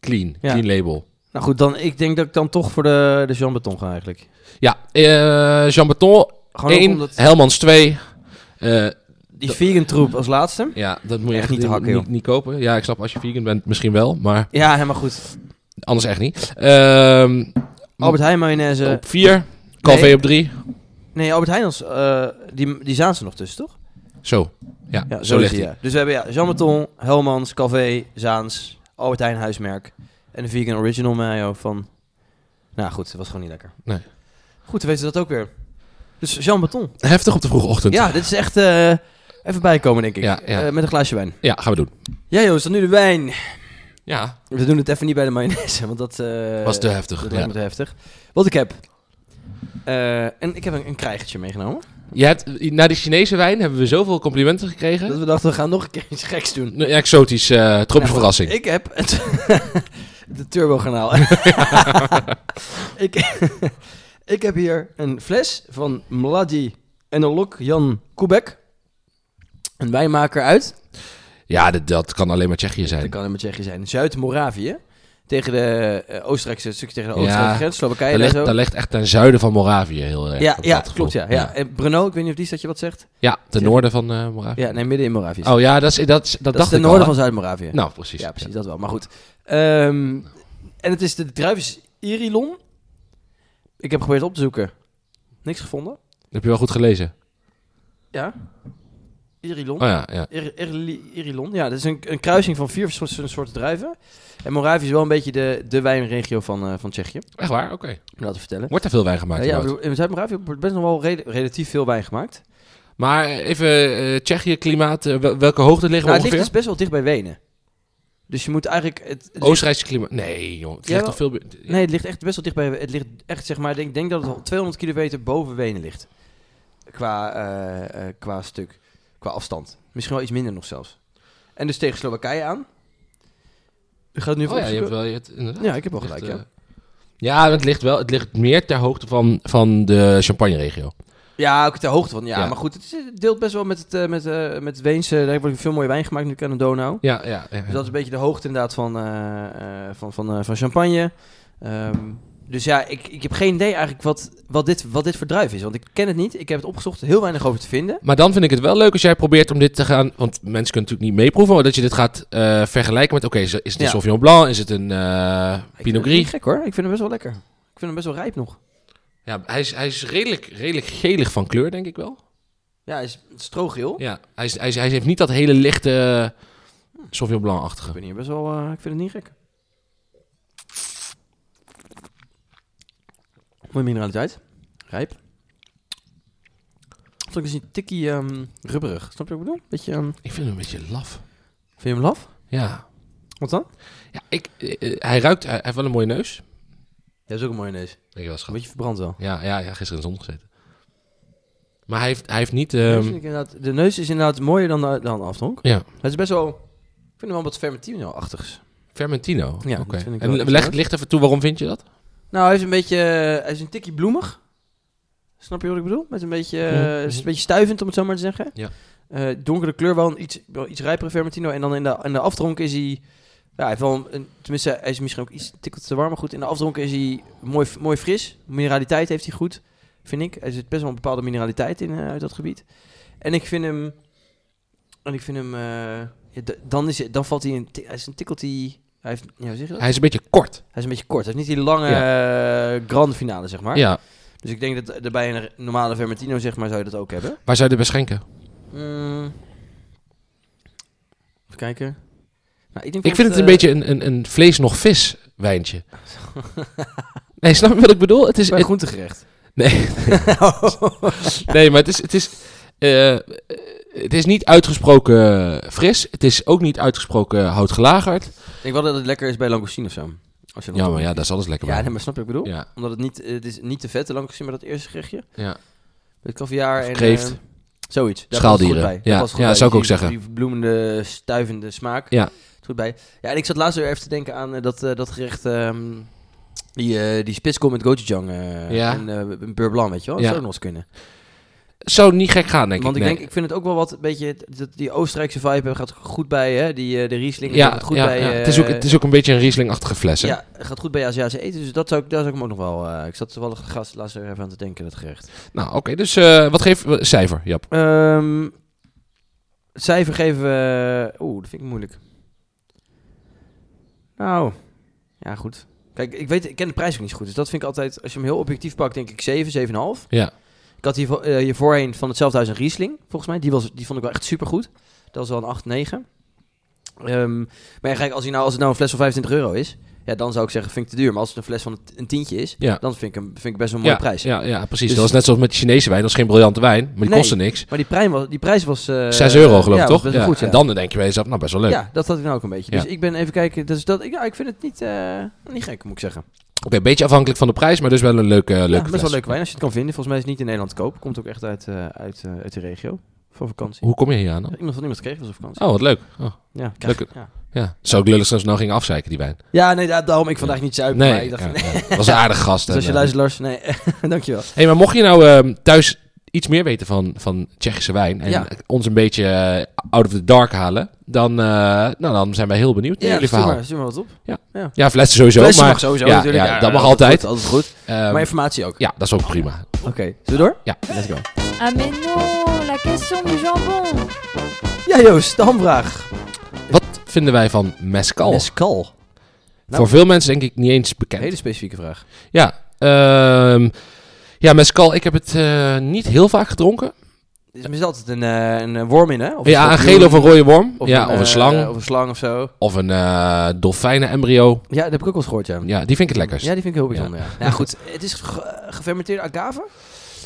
clean.
Ja.
Clean label.
Nou goed, dan, ik denk dat ik dan toch voor de, de Jean Beton ga eigenlijk.
Ja, eh, Jean Baton
Gewoon ook
1,
omdat
Helmans 2. Eh,
die vegan troep als laatste...
ja, dat moet je
Echt
echt
niet
niet,
te hakken,
niet,
joh.
niet kopen. Ja, ik snap als je vegan bent misschien wel, maar
Ja, helemaal goed.
anders echt niet. Ehm,
Albert Heijn mayonaise...
op 4, Calvé
eh, Nee.
op 3.
Nee, Albert Heijn, als, eh, die, die zaten ze nog tussen, toch?
Zo. Ja,
Ja,
zo
zo is
ligt
die,
hij.
ja. Dus we hebben ja, Jean Maton, Helmans, Calvé, Zaans, Albert Heijn huismerk en de Vegan Original Mayo van... Nou goed, dat was gewoon niet lekker.
Nee.
Goed, dan weten we dat ook weer. Dus Jean Maton.
Heftig op de vroege ochtend.
Ja, dit is echt eh, even bijkomen, denk ik.
Ja, ja.
Eh, met een glaasje wijn.
Ja, gaan we doen.
Ja, Joost, dan nu de wijn.
Ja.
We doen het even niet bij de mayonaise, want dat... eh,
Was te heftig.
Dat
Ja.
lijkt me te heftig. Wat ik heb... eh, en ik heb een, een krijgertje meegenomen.
Je hebt, na die Chinese wijn hebben we zoveel complimenten gekregen.
Dat we dachten, we gaan nog een keer iets geks doen.
Een exotisch, eh tropische
Nou,
verrassing.
Ik heb het, de turbokanaal. ik, ik heb hier een fles van Mladi Enolok Jan Kubek. Een wijnmaker uit.
Ja, dat, dat kan alleen maar Tsjechië
Dat
zijn.
kan in Tsjechië zijn. Zuid-Moravië. Tegen de eh, Oostenrijkse, een stukje tegen de
Ja,
Oostenrijkse grens.
Dat
Slowakije en
ligt,
zo.
dat ligt echt ten zuiden van Moravië heel erg.
ja,
heb ik
ja
het gevoel.
klopt. Ja, ja.
ja.
En Brno, ik weet niet of die stad je wat zegt.
Ja, ten noorden van eh, Moravië.
Ja, nee, midden in Moravië.
Oh ja, dat, is, dat, is, dat,
dat
dacht
is ten
ik al,
noorden
hè?
van Zuid-Moravië.
Nou, precies.
Ja, precies, dat wel. Maar goed. Ehm, en het is de druif is Irilon. Ik heb geprobeerd op te zoeken. Niks gevonden.
Dat Heb je wel goed gelezen?
Ja. Irilon.
Oh ja, ja.
Ir- Irili- Irilon. Ja, dat is een, een kruising van vier verschillende soorten druiven. En Moravië is wel een beetje de, de wijnregio van, eh, van Tsjechië. Om
Echt waar? Oké.
dat te vertellen.
Wordt er veel wijn gemaakt?
Eh, ja,
überhaupt?
bedoel, in Zuid-Moravië wordt best nog wel rela- relatief veel wijn gemaakt. Nou,
Maar even eh, Tsjechië, klimaat. eh, wel- welke hoogte liggen
Nou,
we
het ligt
ongeveer?
dus best wel dicht bij Wenen. Dus je moet eigenlijk... Het, het ligt-
Oostenrijkse klimaat. Nee, joh. Het ligt
Jawel.
toch veel... be- Oh
Nee, het ligt echt best wel dicht bij. Het ligt echt, zeg maar, ik denk, denk dat het al 200 kilometer boven Wenen ligt. Qua, eh, eh, qua stuk, qua afstand. Misschien wel iets minder nog zelfs. En dus tegen Slowakije aan. Ik ga het nu even
Oh ja, je hebt
opzoeken.
wel, je hebt, inderdaad.
Ja, ik heb wel
Ligt,
gelijk, ja.
eh, ja, het ligt wel. Het ligt meer ter hoogte van, van de Champagne-regio.
Ja, ook ter hoogte van. Ja,
Ja.
maar goed, het is- het deelt best wel met het, eh, met, eh, met het Weense. Daar wordt veel mooie wijn gemaakt nu aan de Donau.
Ja, ja. ja.
Dus dat is een beetje de hoogte inderdaad van, eh, eh, van, van, eh, van champagne. Ehm, dus ja, ik, ik heb geen idee eigenlijk wat, wat, dit, wat dit voor druif is. Want ik ken het niet. Ik heb het opgezocht, heel weinig over te vinden.
Maar dan vind ik het wel leuk als jij probeert om dit te gaan... Want mensen kunnen natuurlijk niet meeproeven, maar dat je dit gaat eh, vergelijken met... Oké, is is het een
Ja.
Sauvignon Blanc? Is het een eh
Ik vind
Pinot
het
Gris?
niet gek hoor. Ik vind hem best wel lekker. Ik vind hem best wel rijp nog.
Ja, hij is, hij is redelijk, redelijk gelig van kleur, denk ik wel.
Ja, hij is strogeel.
Ja, hij, is, hij, is- hij heeft niet dat hele lichte uh, Sauvignon Blanc-achtige.
Ik ben hier best wel, eh, ik vind het niet gek. Mooie mineraliteit. Rijp. Vond ik dus een tikkie ehm, rubberig. Snap je wat ik bedoel? Beetje, ehm,
Ik vind hem een beetje laf.
vind je hem laf?
Ja,
Wat dan?
ja ik, eh, eh, hij ruikt... Hij hij heeft wel een mooie neus.
Dat is ook een mooie neus.
Ik was
Een beetje verbrand wel.
Ja, ja, ja, gisteren in de zon gezeten. Maar hij heeft, hij heeft niet...
De neus
ehm,
vind ik inderdaad- de neus is inderdaad mooier dan, de- dan Aftonk.
ja,
Het is best wel... Ik vind hem wel wat Vermentino-achtigs.
Fermentino.
Ja,
Ja,
dat vind ik wel
En
iets
leg,
anders.
ligt even toe, waarom vind je dat?
Nou, hij is een beetje... eh, Hij is een tikkie bloemig. Snap je wat ik bedoel? Met een beetje... eh,
Ja.
is een beetje stuivend, om het zo maar te zeggen.
Ja.
Eh, donkere kleur, wel een iets, wel iets rijpere Vermentino. En dan in de, in de aftronk is hij... Ja, hij heeft wel een, tenminste, hij is misschien ook iets een tikkeltje te warm, maar goed. In de aftronk is hij mooi, mooi fris. Mineraliteit heeft hij goed, vind ik. Er zit best wel een bepaalde mineraliteit in eh, uit dat gebied. En ik vind hem... En ik vind hem... eh, ja, d- dan, is, hij- dan valt hij een... ti- Hij is een tikkeltje... Hij heeft... Ja, hoe zeg je dat?
Hij is een beetje kort.
Hij is een beetje kort. Hij heeft niet die lange eh, grande finale, zeg maar.
Ja,
Dus ik denk dat er bij een normale Vermentino, zeg maar, zou je dat ook hebben.
waar zou je dit bij schenken?
Mm. Even kijken. Nou, ik, denk
Ik vind het een
eh,
beetje een, een, een vlees nog vis wijntje. Nee, snap je wat ik bedoel? Het is,
bij
het-
groentegerecht.
nee, nee, maar het is, het, is, eh, eh, het is niet uitgesproken fris. Het is ook niet uitgesproken houtgelagerd.
ik denk wel dat het lekker is bij langoustine of zo. Als je dat
Ja, maar
doet.
ja, daar is alles lekker
Ja,
bij.
nee, maar snap je wat ik bedoel?
Ja,
Omdat het niet, eh, het is niet te vet, de langoustine, maar dat eerste gerechtje.
ja.
Met kaviaar
Of
en...
kreeft.
eh, zoiets. Daar
Schaaldieren.
past het goed bij.
Ja,
Daar past het goed
ja,
bij.
zou ik ook
Die-
zeggen.
Die bloemende, stuivende smaak.
Ja.
Is Goed bij. Ja, en ik zat laatst weer even te denken aan eh, dat, eh, dat gerecht... ehm, die, eh die spitskool met gochujang eh,
Ja.
en eh beurre blanc, weet je wel. Dat
Ja.
zou ook nog eens kunnen.
Zou niet gek gaan, denk
Want
ik.
ik
nee.
denk, ik vind het ook wel wat, een beetje, dat die Oostenrijkse vibe eh, gaat goed bij, hè? Die, eh, de Riesling
ja,
gaat goed
ja,
bij...
ja.
eh,
het, is ook, het is ook een beetje een Riesling-achtige fles. Hè?
ja, gaat goed bij Aziatische eten, dus dat zou ik, daar zou ik hem ook nog wel... eh, ik zat toevallig gast laatst weer even aan te denken, dat gerecht.
Nou, oké. dus eh, wat geef je? Cijfer, Jap.
Ehm, het cijfer geven we... Oeh, dat vind ik moeilijk. Nou, ja goed. Kijk, ik, weet, ik ken de prijs ook niet zo goed. Dus dat vind ik altijd... Als je hem heel objectief pakt, denk ik 7, 7,5.
Ja.
Ik had hier, vo- eh, hier voorheen van hetzelfde huis een Riesling, volgens mij. Die, was, die vond ik wel echt supergoed. Dat was wel een 8, 9. Ehm, maar ja, kijk, als, hij nou, als het nou een fles van 25 euro is... Ja, dan zou ik zeggen, vind ik te duur. Maar als het een fles van een t- een tientje is...
Ja.
Dan vind ik hem vind ik best wel een mooie
ja,
prijs.
Ja, ja precies.
Dus-
Dat was net zoals met de Chinese wijn. Dat is geen briljante wijn, maar die
Nee.
kostte niks.
Maar die prijs was... Die prijs was eh,
6 euro geloof
ja,
ik,
was
toch?
Best wel
Ja.
goed, ja.
En dan denk je bij jezelf, nou best wel leuk.
Ja, dat had ik nou ook een beetje. Dus
Ja.
ik ben even kijken. Dus dat, ik, ja, ik vind het niet, eh, niet gek, moet ik zeggen.
Oké, een beetje afhankelijk van de prijs, maar dus wel een leuke, leuke
ja, best wel
fles.
leuk wijn als je het kan vinden. Volgens mij is het niet in Nederland te koop. Komt ook echt uit, eh, uit, eh, uit de regio. Voor vakantie.
Hoe kom je hier aan dan?
Iemand van iemand kreeg was op vakantie.
Oh, wat leuk. Oh,
ja, krijg-
leuk.
ja.
ja. Zou ik lullig zijn als we nou gingen afzeiken, die wijn?
ja, nee, daar, daarom ik vandaag niet zuip.
nee,
maar ik dacht,
ja, eh,
nee.
ja. Dat was een aardige gast.
Dus als je
en,
luistert, Lars, nee, dankjewel.
eh, hey, maar mocht je nou ehm, thuis iets meer weten van, van Tsjechische wijn en
Ja.
ons een beetje eh, out of the dark halen, dan, eh, nou, dan zijn wij heel benieuwd naar jullie
stuur
verhaal.
maar, stuur maar wat op.
Ja, flessen sowieso,
Flessen
maar
mag sowieso
ja,
natuurlijk.
ja, dat mag
altijd
altijd.
goed, altijd goed.
ehm,
maar informatie ook.
ja, dat is ook prima.
Oké, zullen we door?
Ja.
Let's go.
Ah mais non, la question du jambon.
Ja, Joost, de hamvraag.
Wat vinden wij van mescal?
Mescal. Nou.
Voor veel mensen denk ik niet eens bekend.
Hele specifieke vraag.
Ja, ehm, ja, mescal, ik heb het eh, niet heel vaak gedronken.
Er is altijd een, eh, een eh, worm in, hè? Of
ja, een
schorpioen.
gele of een rode worm. ja, of
eh,
een slang.
of een slang of zo.
Of een eh dolfijnen-embryo.
Ja, dat heb ik ook wel eens gehoord, ja.
Ja, die vind ik het lekkerst.
Ja, die vind ik heel bijzonder, ja. Nou goed, het is ge- gefermenteerde agave.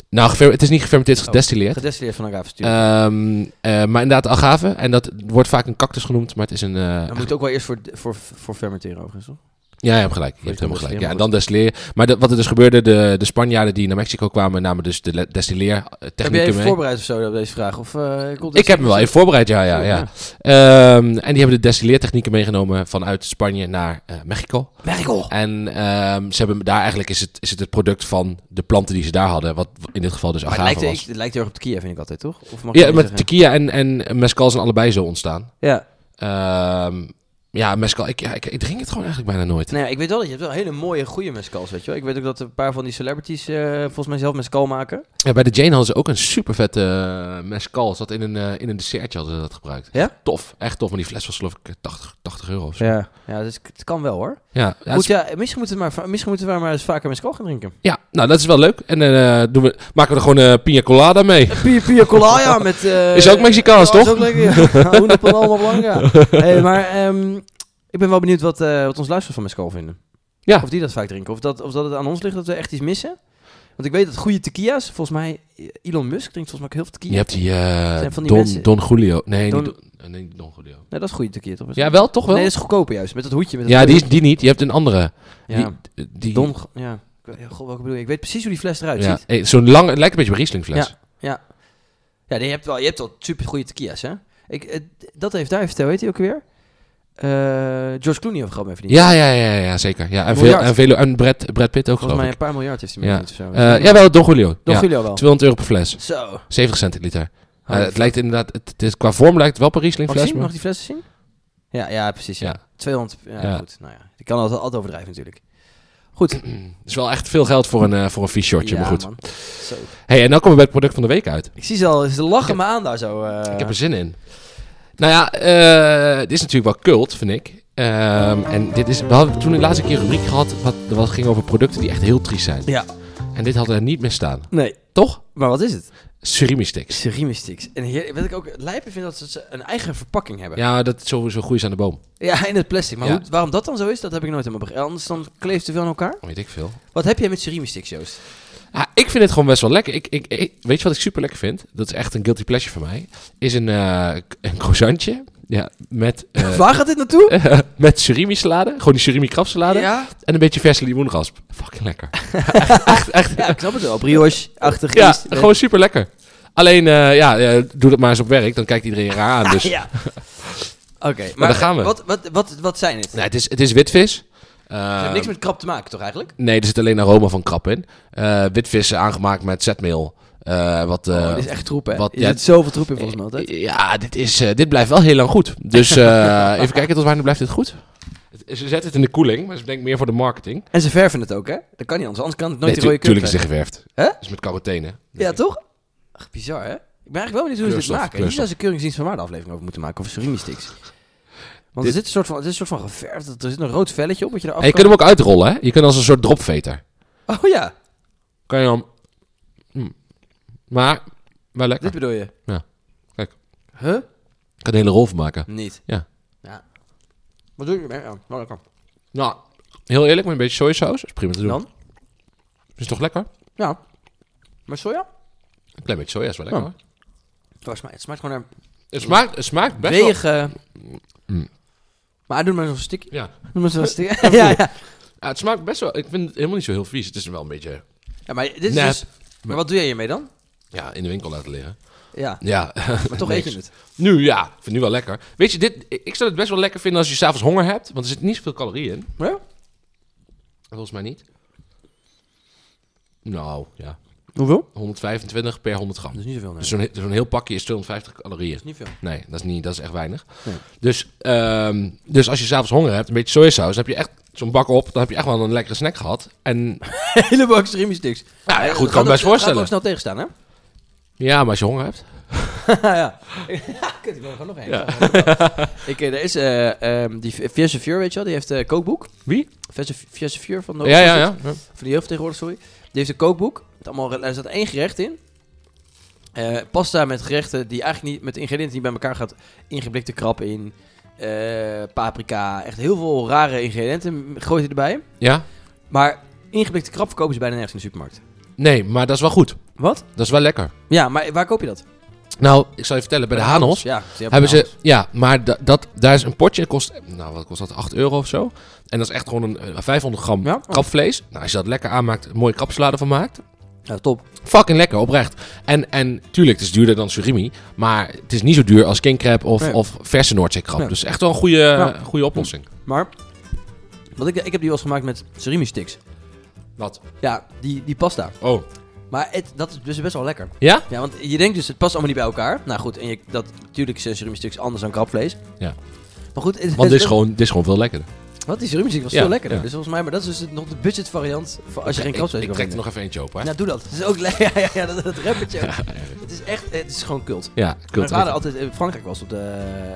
Nou, gefer- het is niet gefermenteerd, het is
Oh.
gedestilleerd.
Gedestilleerd van agave natuurlijk.
Ehm, eh, maar inderdaad, agave. En dat wordt vaak een cactus genoemd, maar het is een... eh,
dan moet je het ook wel eerst voor, voor, voor fermenteren overigens, hoor.
Ja, je hebt gelijk. Je hebt
dan
helemaal gelijk.
destilleren,
Ja, en
maar
dan destilleren. Maar de- wat er dus gebeurde, de, de Spanjaarden die naar Mexico kwamen, namen dus de le-
Heb jij
destilleertechnieken
even
mee.
voorbereid of zo op deze vraag? Of, eh, komt het-
Ik heb me wel even voorbereid, ja, ja, ja. Ehm, en die hebben de destilleertechnieken meegenomen vanuit Spanje naar eh, Mexico.
Merkel!
En ehm, ze hebben daar eigenlijk is het, is het het product van de planten die ze daar hadden, wat in dit geval dus
Maar het
agave
lijkt,
was.
het lijkt heel erg op tequila, vind ik altijd, toch? Of mag ik
Ja,
dat
maar
zeggen?
tequila en, en mezcal zijn allebei zo ontstaan.
Ja.
Ehm, ja, mezcal, ik, ja, ik, ik drink het gewoon eigenlijk bijna nooit.
Nou ja, ik weet wel dat je hebt wel hele mooie, goede mezcals, weet je wel. Ik weet ook dat een paar van die celebrities eh, volgens mij zelf mezcal maken.
Ja, bij de Jane hadden ze ook een super vette mezcal. Zat in een, eh, in een dessertje hadden ze dat gebruikt.
Ja?
Tof, echt tof. Maar die fles was geloof ik eh, 80, 80 euro of zo. Ja,
Ja. Ja, dus het kan wel, hoor.
ja, dat
Goed,
is-
ja, misschien moeten we maar, misschien moeten we maar eens vaker mezcal gaan drinken.
ja, nou dat is wel leuk. En eh, doen we, maken we er gewoon eh pina colada mee.
Pia, pia colada met... eh,
Is ook Mexicaans,
ja, Is
toch?
ook lekker, ja. Una paloma blanca. Hey, maar ehm, ik ben wel benieuwd wat, eh wat ons luisteraars van mezcal vinden.
Ja.
Of die dat vaak drinken. Of dat, of dat het aan ons ligt dat we echt iets missen. Want ik weet dat goede tequila's, volgens mij... Elon Musk drinkt volgens mij ook heel veel tequila.
Je hebt die, eh,
Zijn van die
Don,
mensen-
Don Julio. Nee,
Don-
Niet Don, eh, nee, niet Don Julio.
Nee, dat is goede tequila, toch?
Ja, wel, toch wel?
Nee, dat is goedkoper juist. Met dat hoedje. Met dat
ja, die,
hoedje.
is, die niet. Je hebt een andere.
Ja,
Die, eh, die,
Don... Ja. Ik weet- ja, God, welke bedoel je? Ik weet precies hoe die fles eruit
ja,
ziet.
eh, Zo'n lange, het lijkt een beetje een Rieslingfles.
Ja, nee, je hebt wel, je hebt wel super goede tequila's, hè? Ik, eh, d- dat heeft daar verteld, weet hij ook weer? Eh, George Clooney heeft geld mee verdiend.
Ja, ja, ja, ja, ja, zeker. Ja, en, veel,
Miljard.
en, veel, en Brad, Brad Pitt ook,
Volgens
geloof
mij
ik.
een paar miljard heeft hij
Ja.
mee verdiend. of zo.
Eh jawel, Don Julio.
Don
Ja,
Julio wel.
200 euro per fles.
Zo.
70 cent het liter. Eh,
Mag
het lijkt inderdaad, het, het is, qua vorm lijkt het wel Paris
ik
Linkfles.
zien? Mag ik die flessen zien? Ja, ja precies. Ja.
Ja.
200. Ja,
Ja.
goed. Nou ja, ik kan altijd, altijd overdrijven natuurlijk. Goed.
Het is wel echt veel geld voor een, eh, voor een vies shotje,
ja,
maar goed.
man. Zo.
Hey, en dan komen we bij het product van de week uit.
Ik zie ze al, ze lachen
Ik-
me aan daar zo. eh.
Ik heb er zin in. Nou ja, eh, dit is natuurlijk wel cult, vind ik. Ehm, en dit is, we hadden toen de laatste keer een rubriek gehad wat, wat ging over producten die echt heel triest zijn.
Ja.
En dit had er niet meer staan.
Nee,
Toch?
maar wat is het?
Surimi sticks.
Cerimi sticks. En hier, wat ik ook lijpen vind, dat ze een eigen verpakking hebben.
Ja, dat is sowieso groeien aan de boom.
Ja, in het plastic. Maar
Ja.
hoe- waarom dat dan zo is, dat heb ik nooit helemaal begrepen. Anders dan kleeft het veel aan elkaar.
Weet ik veel.
Wat heb jij met surimi sticks, Joost?
Ah, ik vind het gewoon best wel lekker. Ik, ik, ik- weet je wat ik super lekker vind? Dat is echt een guilty pleasure van mij. Is een, eh, een croissantje. Ja, met, eh,
Waar gaat dit naartoe?
met surimi salade. Gewoon die surimi krabsalade.
Ja,
En een beetje verse limoenrasp. Fucking lekker.
ja, ik snap het wel. Brioche-achtig
Ja,
is.
gewoon super lekker. Alleen, eh, ja, eh, doe dat maar eens op werk. Dan kijkt iedereen raar aan. Dus.
Ja. Oké, maar,
daar gaan we.
Wat, wat, wat, wat zijn het?
nee, het, is, het is witvis.
Het
Eh,
heeft niks met krap te maken, toch eigenlijk?
Nee, er zit alleen aroma van krap in. Eh, witvis aangemaakt met zetmeel. Eh, wat, eh,
oh, dit is echt troep, hè?
wat- Eh,
er
ja,
zit zoveel troep in volgens mij altijd.
Ja, dit, is, eh, dit blijft wel heel lang goed. Dus eh, even kijken tot wanneer blijft dit goed. Het- Ze zetten het in de koeling, maar ze denken meer voor de marketing.
En ze verven het ook, hè? Dat kan niet anders, anders kan het nooit
nee,
die rode
tuurlijk
kleur
is het gewerfd.
Hè?
Dat is Dus met carotene.
Ja, toch? Ach, bizar, hè? Ik ben eigenlijk wel benieuwd hoe ze dit
Kleurstof,
maken. Hier
kleurstof.
zou ze keuringsdienst van waarde aflevering over moeten maken, over surimi-sticks. Want
Dit-
er zit een soort van, het is een soort van geverfd, er zit een rood velletje op wat je eraf
En je kunt hem ook uitrollen, hè? Je kunt als een soort dropveter.
Oh ja,
Kan je dan... Hm. Maar, wel lekker.
dit bedoel je?
Ja, kijk.
Huh?
Ik kan een hele rol van maken.
Niet.
Ja.
ja. Wat doe je? Ja, Ja, nou, dat kan.
Nou, heel eerlijk, met een beetje sojasaus. Is prima te doen.
Dan?
Is toch lekker?
Ja. Maar soja?
Een klein beetje soja is wel lekker.
Ja.
hoor.
Oh, het smaakt- het smaakt gewoon naar
Het, smaakt, het smaakt best wel...
wegen.
Mm.
Maar doe maar zo'n stikje.
Ja.
Doe maar zo'n stikje. ja, ja.
Ja, het smaakt best wel... Ik vind het helemaal niet zo heel vies. Het is wel een beetje
ja, maar dit is
Nep.
dus... Maar wat doe jij hiermee dan?
ja, in de winkel laten liggen.
Ja,
Ja.
maar toch
Niks.
eet je het.
nu ja. Ik vind het nu wel lekker. Weet je, dit, ik zou het best wel lekker vinden als je s'avonds honger hebt. Want er zit niet zoveel calorieën in.
Ja?
Volgens mij niet. Nou, ja.
Hoeveel?
125 per 100 gram.
Dat is niet zoveel, nee.
Dus zo'n, he- zo'n heel pakje is 250 calorieën.
Dat is niet veel.
Nee, dat is, niet, dat is echt weinig.
Nee.
Dus, ehm, dus als je s'avonds honger hebt, een beetje sojasaus, dan heb je echt zo'n bak op, dan heb je echt wel een lekkere snack gehad. En
Hele bak surimi sticks.
ja, ja,
Dat
goed,
gaat
kan me best
ook-
voorstellen.
Gaat ook snel tegenstaan, hè?
Ja, maar als je honger hebt.
ja. Kut, ik wil er gewoon nog één. Ik, eh, er is eh, ehm, die Fierce Vuur, weet je wel, die heeft een kookboek.
Wie?
Fierce Vuur van de
Ja, ja, ja.
Van de jeugd tegenwoordig, sorry. Die heeft een kookboek. Met allemaal, er staat één gerecht in. Eh, pasta met gerechten die eigenlijk niet met de ingrediënten die bij elkaar gaat. Ingeblikte krab in. eh, paprika. Echt heel veel rare ingrediënten gooit hij erbij.
Ja?
Maar ingeblikte krab verkopen ze bijna nergens in de supermarkt.
Nee, maar dat is wel goed.
Wat?
Dat is wel lekker.
Ja, maar waar koop je dat?
Nou, ik zal je vertellen, bij de Hanos
Ja, ze
hebben ze... Ja, maar da- dat, daar is een potje, kost... Nou, wat kost dat? 8 euro of zo. En dat is echt gewoon een eh, 500 gram
Ja? Oh.
krapvlees. Nou, als je dat lekker aanmaakt, een mooie krapsalade van maakt.
Ja, top.
Fucking lekker, oprecht. En, en tuurlijk, het is duurder dan surimi. Maar het is niet zo duur als king crab of,
Nee.
of verse Noordzeekrab.
Nee.
Dus echt wel een goede,
Ja.
goede oplossing.
Maar, wat ik, ik heb die wel eens gemaakt met surimi sticks.
Wat?
Ja, die, die pasta.
Oh.
Maar het, dat is dus best wel lekker.
Ja?
Ja, want je denkt dus, het past allemaal niet bij elkaar. Nou goed, en je, dat, natuurlijk zijn surimi sticks anders dan krapvlees.
Ja.
Maar goed, het,
Want dit
het-
is gewoon, dit is gewoon veel lekkerder.
Wat die surimi stick was
Ja,
veel lekkerder.
ja.
Dus volgens mij, maar dat is dus het- nog de budget variant voor als je geen krapvlees
Ik, ik
wil
trek er
vinden.
nog even eentje open, hè?
Nou, doe dat. Dat is ook lekker. Ja, ja, ja, dat, dat rappertje. ook. Het is echt, het is gewoon cult.
Ja,
Mijn vader
cultureel.
altijd in Frankrijk was, op de,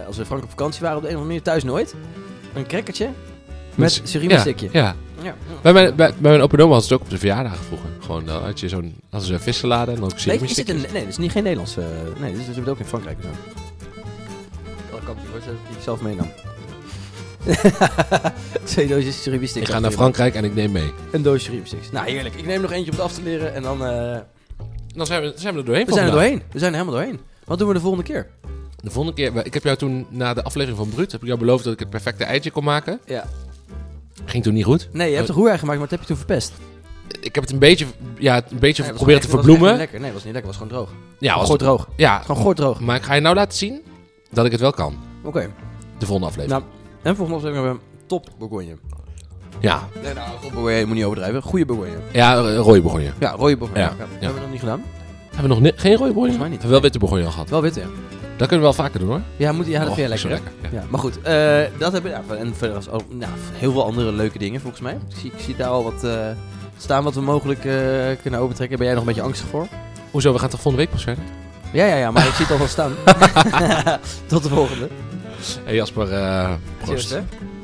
als we in Frankrijk op vakantie waren, op de een of andere manier thuis nooit. Een crackertje met
Met-
surimi
Ja,
stickje.
ja.
Ja.
Bij mijn, bij, bij mijn opa en oma had het ook op de verjaardag vroeger. Gewoon, dan had je zo'n hadden ze een vissalade en dan ook
Nee,
surimi
is dit
stickjes.
een, nee, dat is niet geen Nederlands. eh, nee, dat is, dat is ook in Frankrijk. Zo. Dat kan dat ik zelf meenam. Twee doosjes surimi
Ik
sticks.
ga naar
achter je.
Frankrijk en ik neem mee.
Een doosje surimi sticks. Nou, heerlijk. Ik neem nog eentje om het af te leren en dan... eh,
Dan zijn we, dan zijn we er doorheen
We zijn er doorheen. We zijn er helemaal doorheen. Wat doen we de volgende keer?
De volgende keer, ik heb jou toen na de aflevering van Brut, heb ik jou beloofd dat ik het perfecte eitje kon maken.
Ja.
Ging toen niet goed.
Nee, je hebt een roerei gemaakt, maar dat heb je toen verpest.
Ik heb het een beetje, ja, een beetje
Nee, het was
proberen te
gewoon echt- het was echt niet
verbloemen.
lekker. Nee, het was niet lekker. Het was gewoon droog.
Ja, was
gewoon droog.
ja,
Gewoon goor droog.
maar ik ga je nou laten zien dat ik het wel kan.
Oké.
De volgende aflevering.
Nou, en volgens mij hebben we een top bourgogne.
Ja,
Nee, nou, top bourgogne je moet niet overdrijven. Goede bourgogne.
ja eh, rode begon je.
Ja, rode bourgogne.
Ja,
Ja,
ja.
Dat hebben we nog niet gedaan.
Hebben we nog ni- geen rode begon
Volgens
je?
mij niet.
Hebben we wel witte begon je al gehad.
Wel wit, ja.
Dat kunnen we wel vaker doen hoor.
Ja, moet, ja dat
Och,
vind je
zo
lekker, hè?
ja.
Ja, maar goed. eh, dat hebben we. Ja, en verder was ook nou, heel veel andere leuke dingen, volgens mij. Ik zie, ik zie daar al wat eh, staan wat we mogelijk eh, kunnen overtrekken. Ben jij nog een beetje angstig voor?
Hoezo, we gaan toch volgende week pas verder?
Ja, ja, ja. Maar ik zie het al wel staan. Tot de volgende.
Hey Jasper, eh proost.
Cheers, hè.